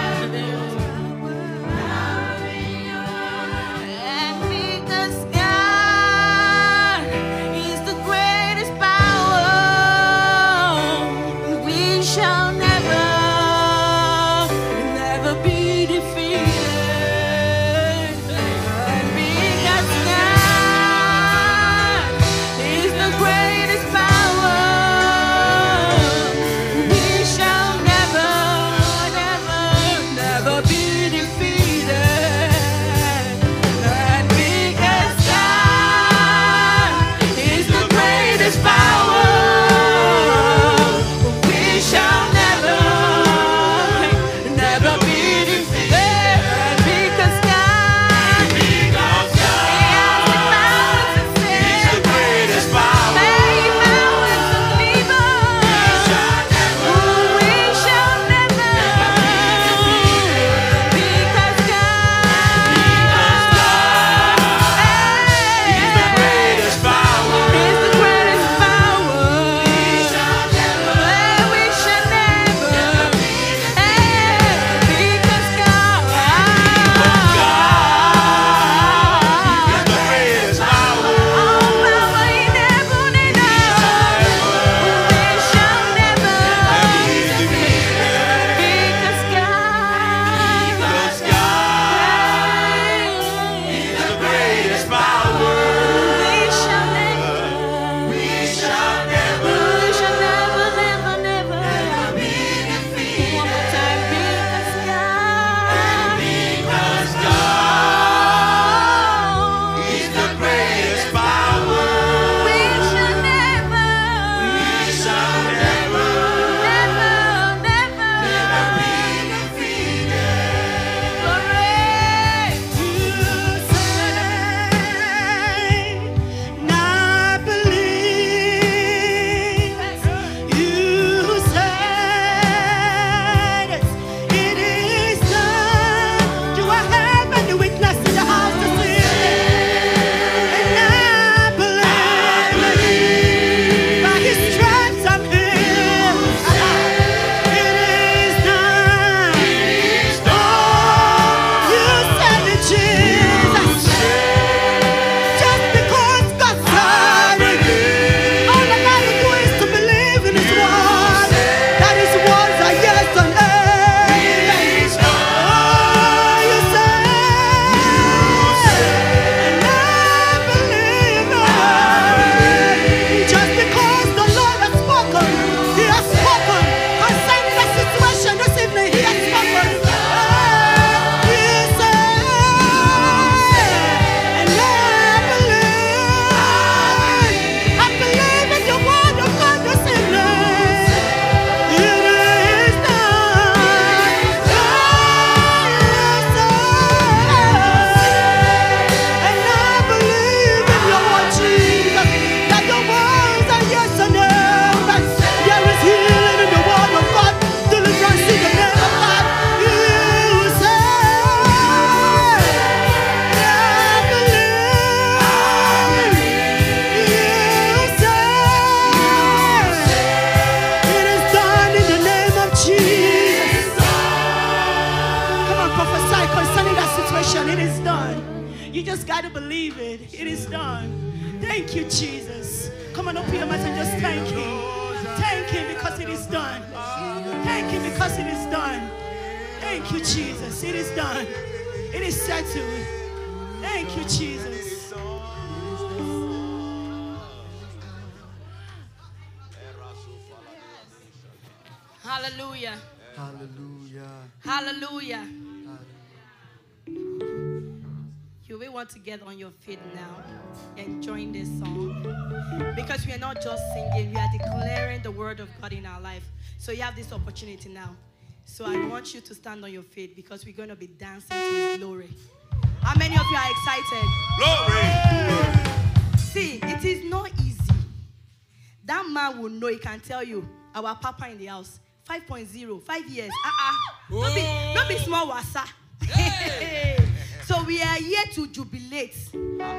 [SPEAKER 6] in your word.
[SPEAKER 9] You just got to believe it. It is done. Thank you, Jesus. Come on, open your mouth and just thank Him. Thank Him because it is done. Thank Him because it is done. Thank you, Jesus. It is done. It is settled. Thank you, Jesus.
[SPEAKER 6] Hallelujah.
[SPEAKER 3] Hallelujah.
[SPEAKER 6] Hallelujah. You will want to get on your feet now and join this song because we are not just singing, we are declaring the word of God in our life. So you have this opportunity now. So I want you to stand on your feet because we're going to be dancing to His glory. How many of you are excited? Glory! See, it is not easy. That man will know, he can tell you, our papa in the house, 5.0, 5 years. Uh-uh. Not be, not be small wasa. so we are here to jubilate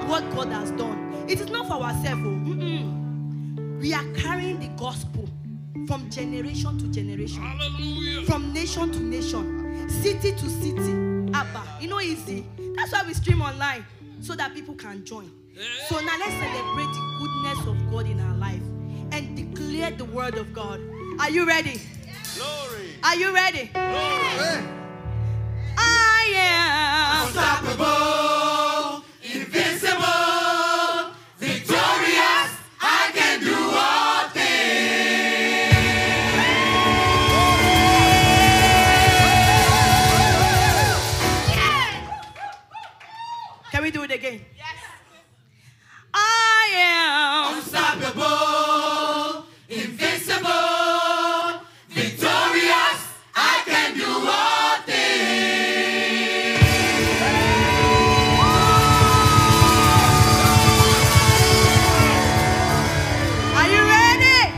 [SPEAKER 6] what God has done. It is not for ourselves. oh. Mm-mm. We are carrying the gospel from generation to generation. From nation to nation, city to city. Abba, you know easy. That's why we stream online so that people can join. So now let's celebrate the goodness of God in our life and declare the word of God. Are you ready? Glory. Are you ready?
[SPEAKER 3] Hey.
[SPEAKER 6] I am.
[SPEAKER 5] Unstoppable, invincible, victorious, I can do all things.
[SPEAKER 6] Can we do it again? Yes. I am.
[SPEAKER 5] Unstoppable, invincible, victorious, I can do all things.
[SPEAKER 6] Are you ready?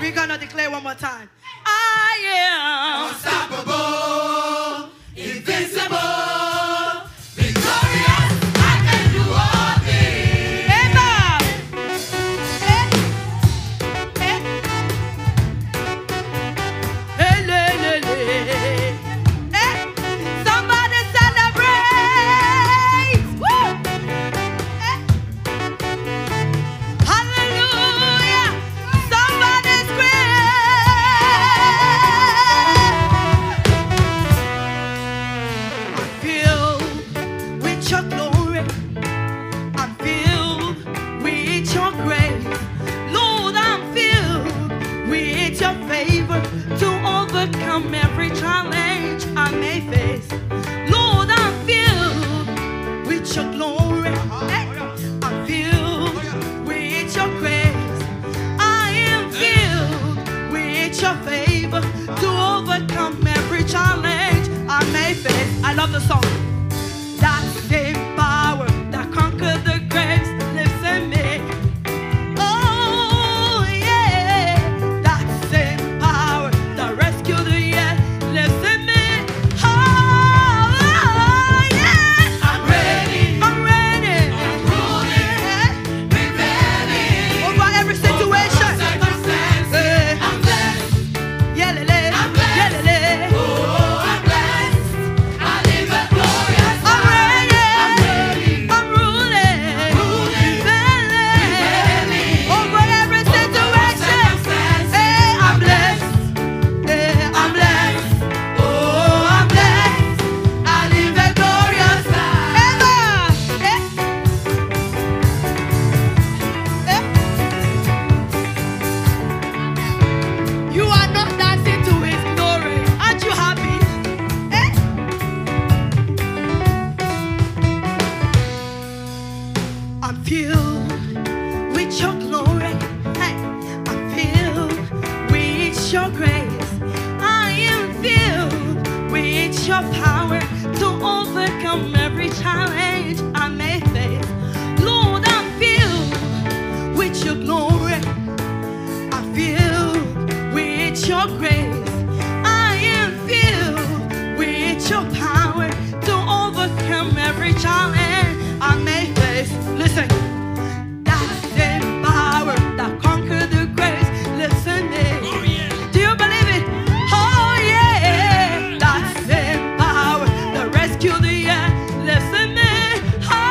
[SPEAKER 6] We're gonna declare one more time. I am.
[SPEAKER 5] Unstoppable, invincible, victorious, I can do all things.
[SPEAKER 6] Emma. Eh, eh. Eh, le, le, le. Eh, Somebody celebrate! Woo! Eh. Hallelujah! Somebody scream! I'm filled with your glory. I'm filled with your grace. Lord, I'm filled with your favor to overcome every challenge I may face. Lord, I'm filled with your glory. I'm filled with your grace. I am filled with your favor to overcome every challenge I may face. I love the song. That same power that conquered the graves lives in me. Oh yeah, that same power that rescued the year lives in me. Oh yeah, I'm ready, I'm ready, I'm ruling
[SPEAKER 5] Preparing,
[SPEAKER 6] over every situation. Eh.
[SPEAKER 5] circumstances, I'm blessed.
[SPEAKER 6] Yeah, lele, yeah, lele.
[SPEAKER 5] Oh, I'm blessed. I live a glorious
[SPEAKER 6] I'm ready, I'm
[SPEAKER 5] ready.
[SPEAKER 6] ready, I'm ruling, ruling, over every situation. Hey, I'm blessed. Hey, I'm blessed.
[SPEAKER 5] Oh, I'm blessed. I live a glorious life.
[SPEAKER 6] Eva, eh, eh. You are not dancing to His glory. Aren't you happy? Eh? I'm filled with your glory. Hey, I'm filled with your grace. I am filled with your power to overcome every challenge I may face. Lord, I'm filled with your glory. I'm filled with your grace. I am filled with your power to overcome every challenge I may face. Listen. That same power that conquered the grace eh. lives in me. Do you believe it? Oh yeah. That same power that rescued the year lives in me. Oh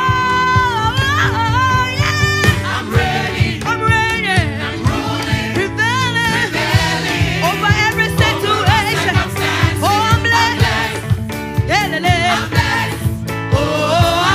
[SPEAKER 6] Oh,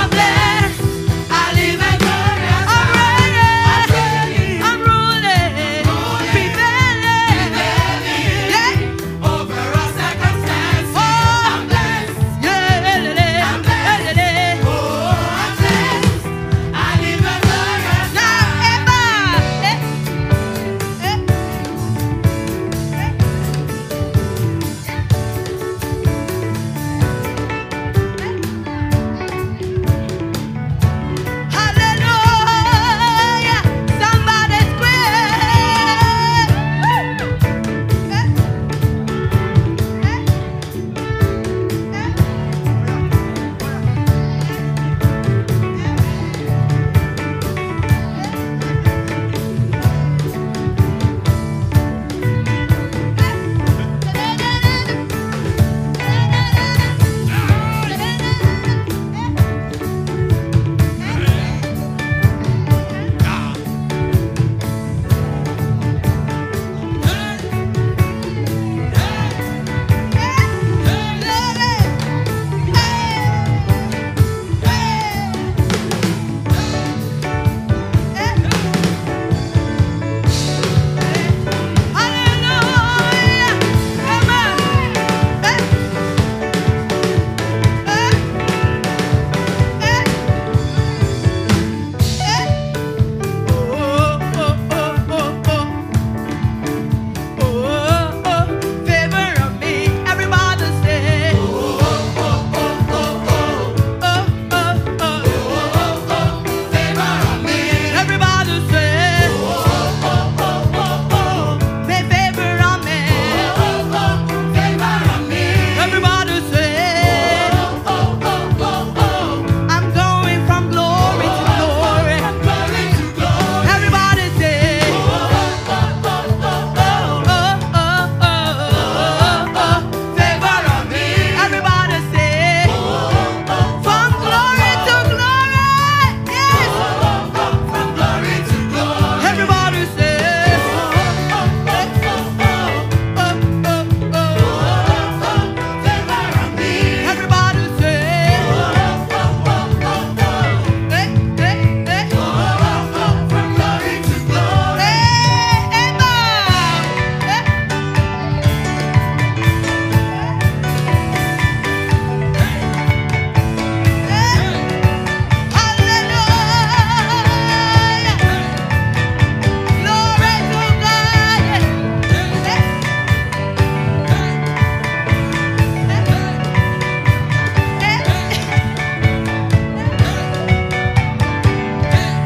[SPEAKER 6] oh, oh,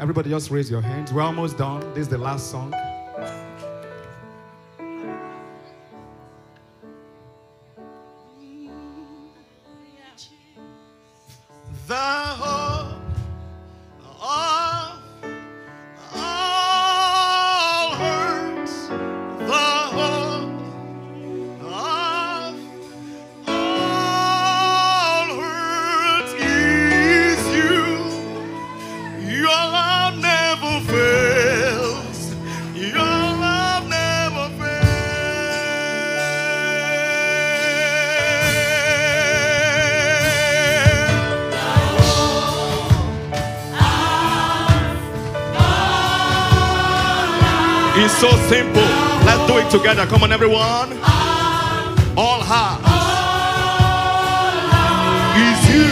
[SPEAKER 11] Everybody, just raise your hands. We're almost done. This is the last song.
[SPEAKER 5] The hope of all hurts. The hope of all hurts is you. Your love never fails. Your love never fails.
[SPEAKER 11] It's so simple. Let's do it together. Come on, everyone. All heart. It's you.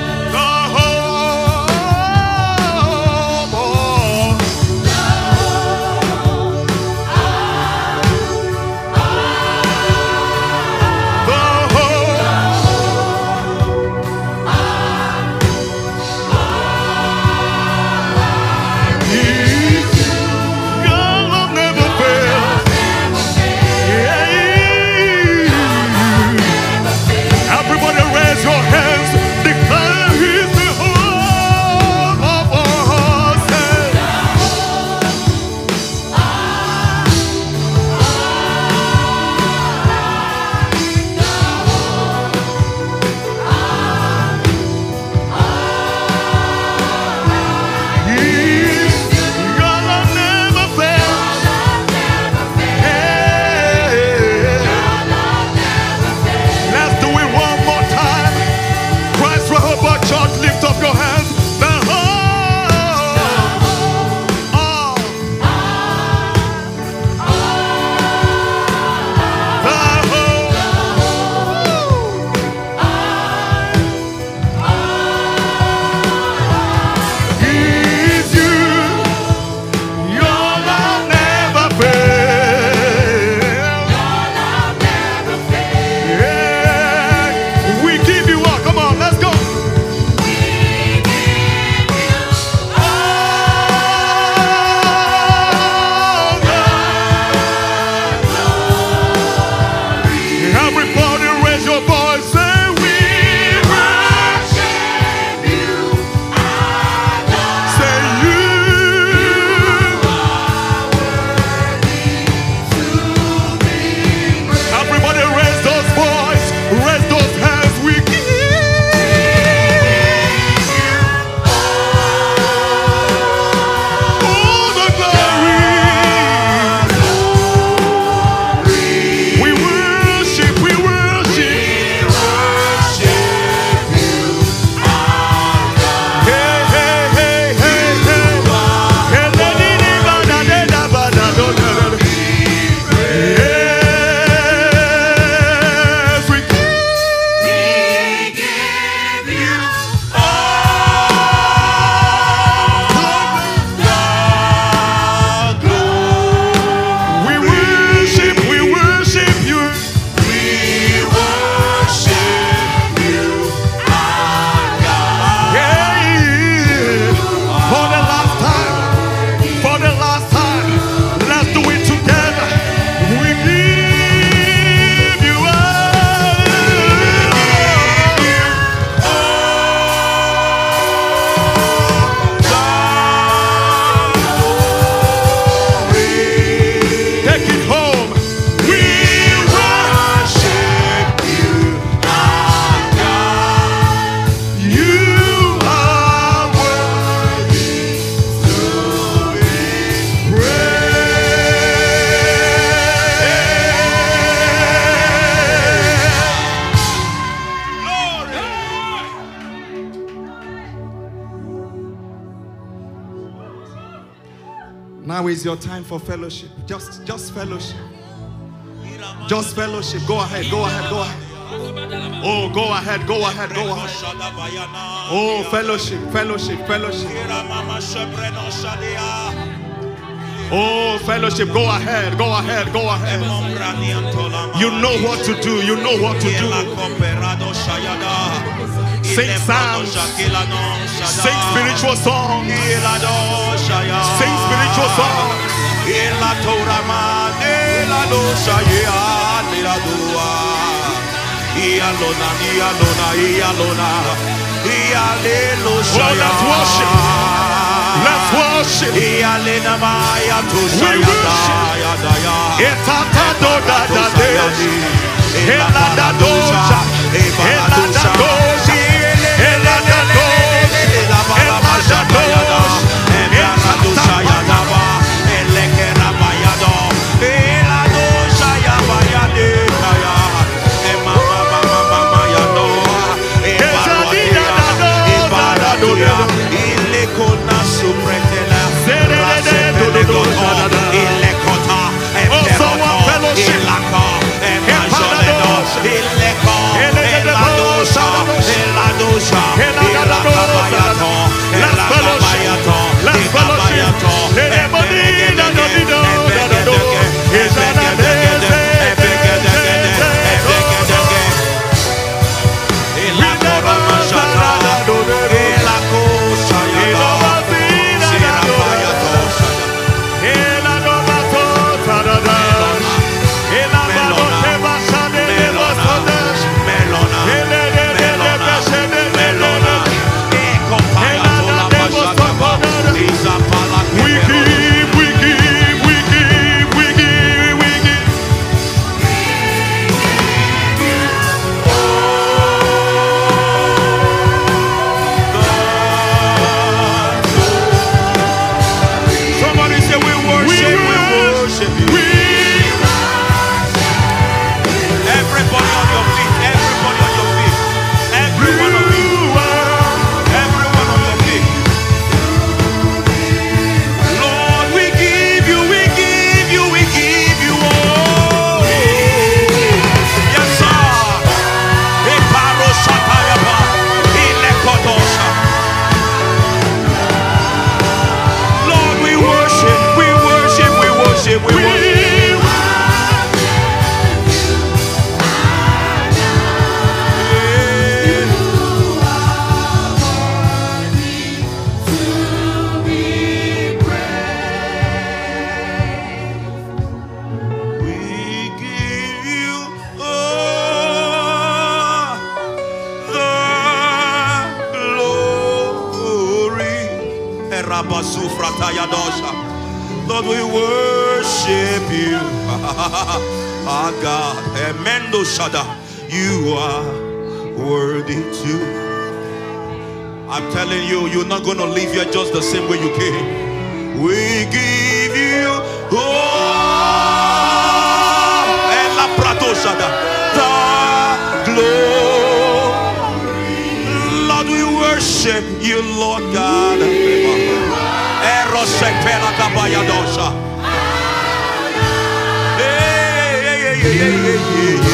[SPEAKER 5] The hope of The hope is your love never fails. Yeah. Everybody raise your hands, declare He's the hope of our hearts. Is you your love never fails. Yeah. We give you all. Come on, let's go. All the- Everybody raise your voice. Say we worship you. Say you. Everybody raise those voice, raise those hands. We give you all the glory. We worship, we worship. Hey, hey, hey, hey, hey. Hey, la, di, di, ba, da, di, da, ba, da, do, da, da, da. Yes, we give. you all the glory. We worship, we worship you. We worship you. Yeah. For the last time, for the last time, let's do it together. We give you all the glory. Take it home. We worship you, our God. You are worthy to be praised.
[SPEAKER 11] Now is your time for fellowship. Just, just fellowship. Just fellowship. Go ahead. Go ahead. Go ahead. Oh, go ahead. Go ahead. Go ahead. Oh, fellowship. Fellowship. Fellowship. Oh, fellowship, go ahead, go ahead, go ahead. You know what to do, you know what to do. Sing psalms, sing spiritual songs, sing spiritual songs. Oh, let's worship. Let's worship. We worship. Etatadodadade. Eladadoja. Eladadoja. Eladadoja. Eladadoja. We give, we give, we give, we give, we give. Somebody say we worship, we worship you. Everybody on your feet, everybody on your feet, everyone on you, everyone on your feet. Lord, we give you, we give you, we give you all. Yes, sir. Eparo satayaba, ilekotosha. Lord, we worship, we worship, we worship, we worship. Yeah. We give you all the glory. Erabasu fratayadosha. Lord, we worship you. Our God, Emendo Shada, you are worthy too. I'm telling you, you're not going to leave here just the same way you came. We give you all Ella Pratosada, the glory. Lord, we worship you, Lord God. Erosek pelakabayadosha. Hey, hey, hey, hey, hey, hey, hey, hey.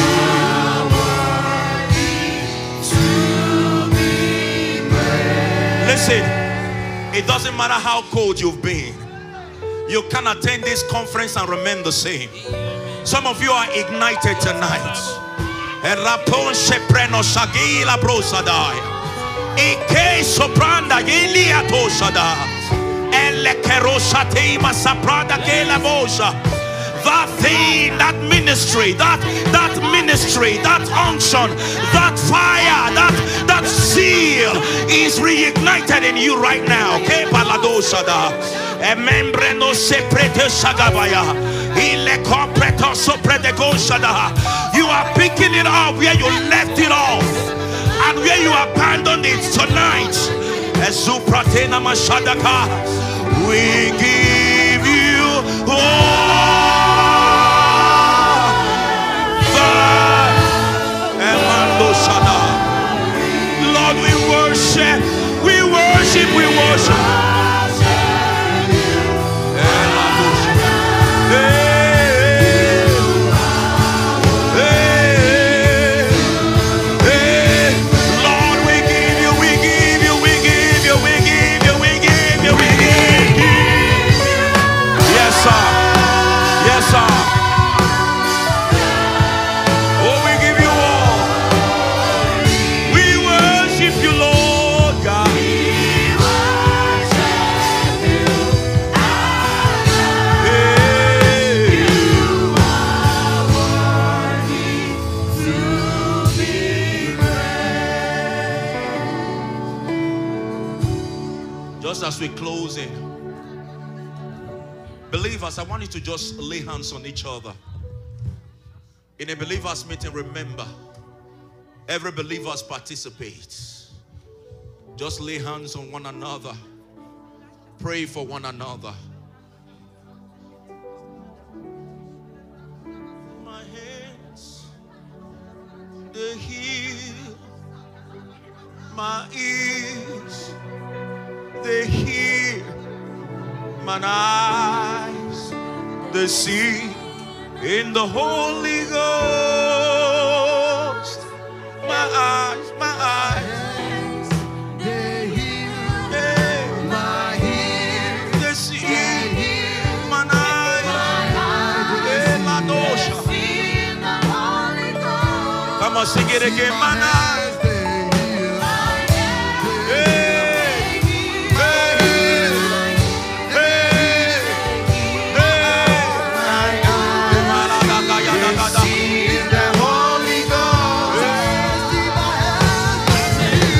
[SPEAKER 11] Listen, it doesn't matter how cold you've been, you can attend this conference and remain the same. Some of you are ignited tonight. Erapon shepreno shagila brosadai. Ike sopranda yelia tosada. Elekerosa teima saprada kela bosa. That thing, that ministry, that that ministry, that unction, that fire, that that zeal is reignited in you right now. Kebaladosada. Emembre no se prete sagabaya. Ile compreto sopra de gosada. You are picking it up where you left it off and where you abandoned it tonight. Ezupratena mashadaka. We give you all the E Emandosada. Lord, we worship, we worship, we worship. Hey, hey, hey. Lord, we give you, we give you, we give you, we give you, we give you, we give you. Yes, sir. Oh,
[SPEAKER 8] Just as we close in, believers, I want you to just lay hands on each other. In a believers meeting, remember, every believers participates. Just lay hands on one another. Pray for one another. My hands, they heal. My ears, they hear. My eyes, they see. In the Holy Ghost, my eyes, my eyes,
[SPEAKER 2] They hear
[SPEAKER 8] yeah,
[SPEAKER 2] my ears.
[SPEAKER 8] they see.
[SPEAKER 2] They hear
[SPEAKER 8] My eyes, yeah, my dosha. Come on, sing it again, my eyes.
[SPEAKER 2] They hear.
[SPEAKER 8] Hey, hey, hey, hey.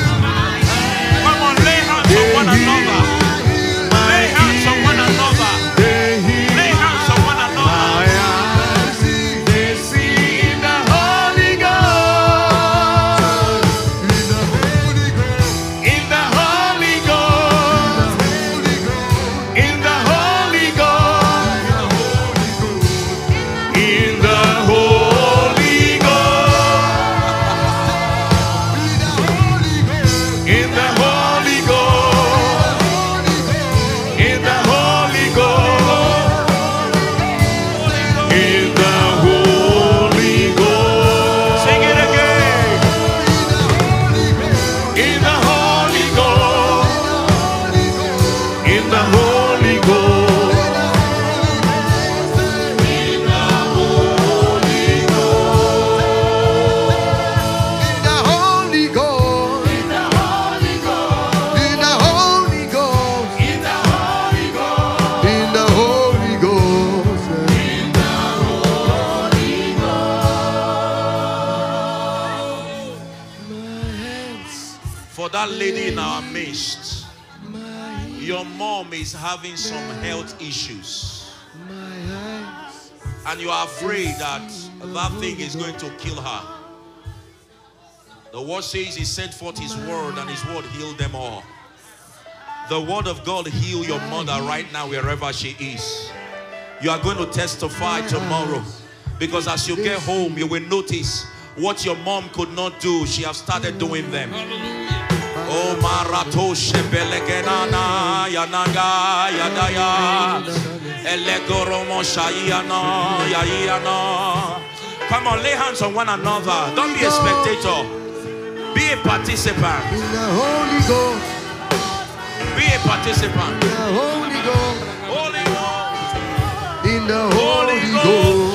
[SPEAKER 8] Come on, lay hands on one another. Lay hands on one another. Lay hands on one another.
[SPEAKER 5] In the Holy Ghost, in the Holy Ghost, in the Holy Ghost,
[SPEAKER 8] Sing it again.
[SPEAKER 5] in the Holy Ghost, in the Holy Ghost,
[SPEAKER 8] For that lady in our midst, your mom is having some health issues. And you are afraid that that thing is going to kill her. The word says he sent forth his word and his word healed them all. The word of God heal your mother right now wherever she is. You are going to testify tomorrow because as you get home, you will notice what your mom could not do. She have started doing them. O marato shebelegenana yanaga yadaya elegoromo shayana yayana. Come on, lay hands on one another. Don't be a spectator. Be a participant. Be a participant. Holy Ghost. Holy Ghost. Holy Ghost. Holy Ghost.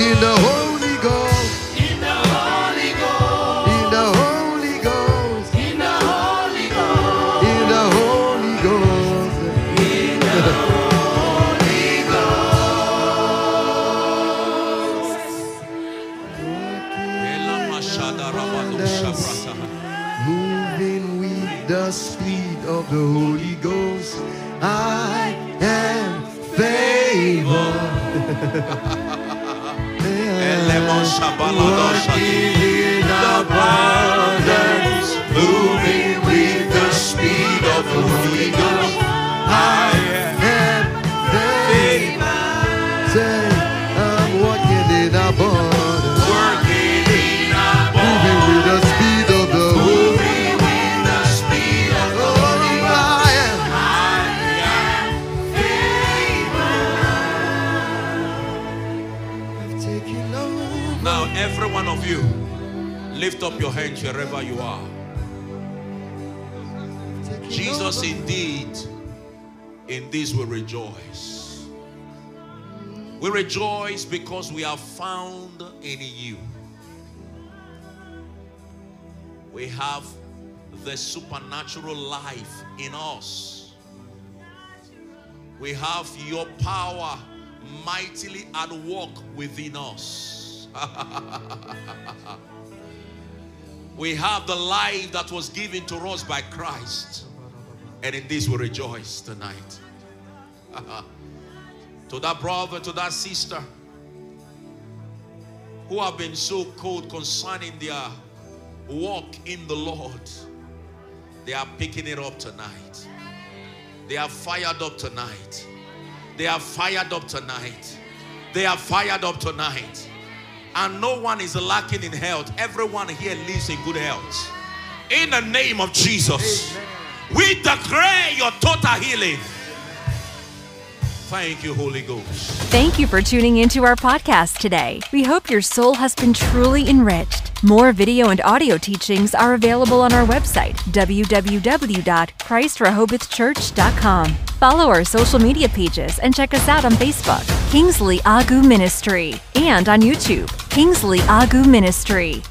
[SPEAKER 2] In the Holy Ghost, in the Holy Ghost, in the Holy Ghost, moving with the speed of the Holy Ghost, I am favored.
[SPEAKER 8] Elemon shabaladosha. Ah,
[SPEAKER 2] Say, I'm walking in abundance, moving with the speed of the Holy Ghost. I am taking over.
[SPEAKER 8] Now, every one of you, lift up your hands wherever you are.
[SPEAKER 2] Taking
[SPEAKER 8] Jesus,
[SPEAKER 2] over.
[SPEAKER 8] indeed, in this we rejoice. We rejoice because we are found in you. We have the supernatural life in us. We have your power mightily at work within us. We have the life that was given to us by Christ. And in this we rejoice tonight. to that brother, to that sister who have been so cold concerning their walk in the Lord, they are picking it up tonight. They are fired up tonight. They are fired up tonight. They are fired up tonight. And no one is lacking in health. Everyone here lives in good health. In the name of Jesus, we declare your total healing. Thank you, Holy Ghost.
[SPEAKER 1] Thank you for tuning into our podcast today. We hope your soul has been truly enriched. More video and audio teachings are available on our website, www.christrehobothchurch.com. Follow our social media pages and check us out on Facebook, Kingsley Agu Ministry, and on YouTube, Kingsley Agu Ministry.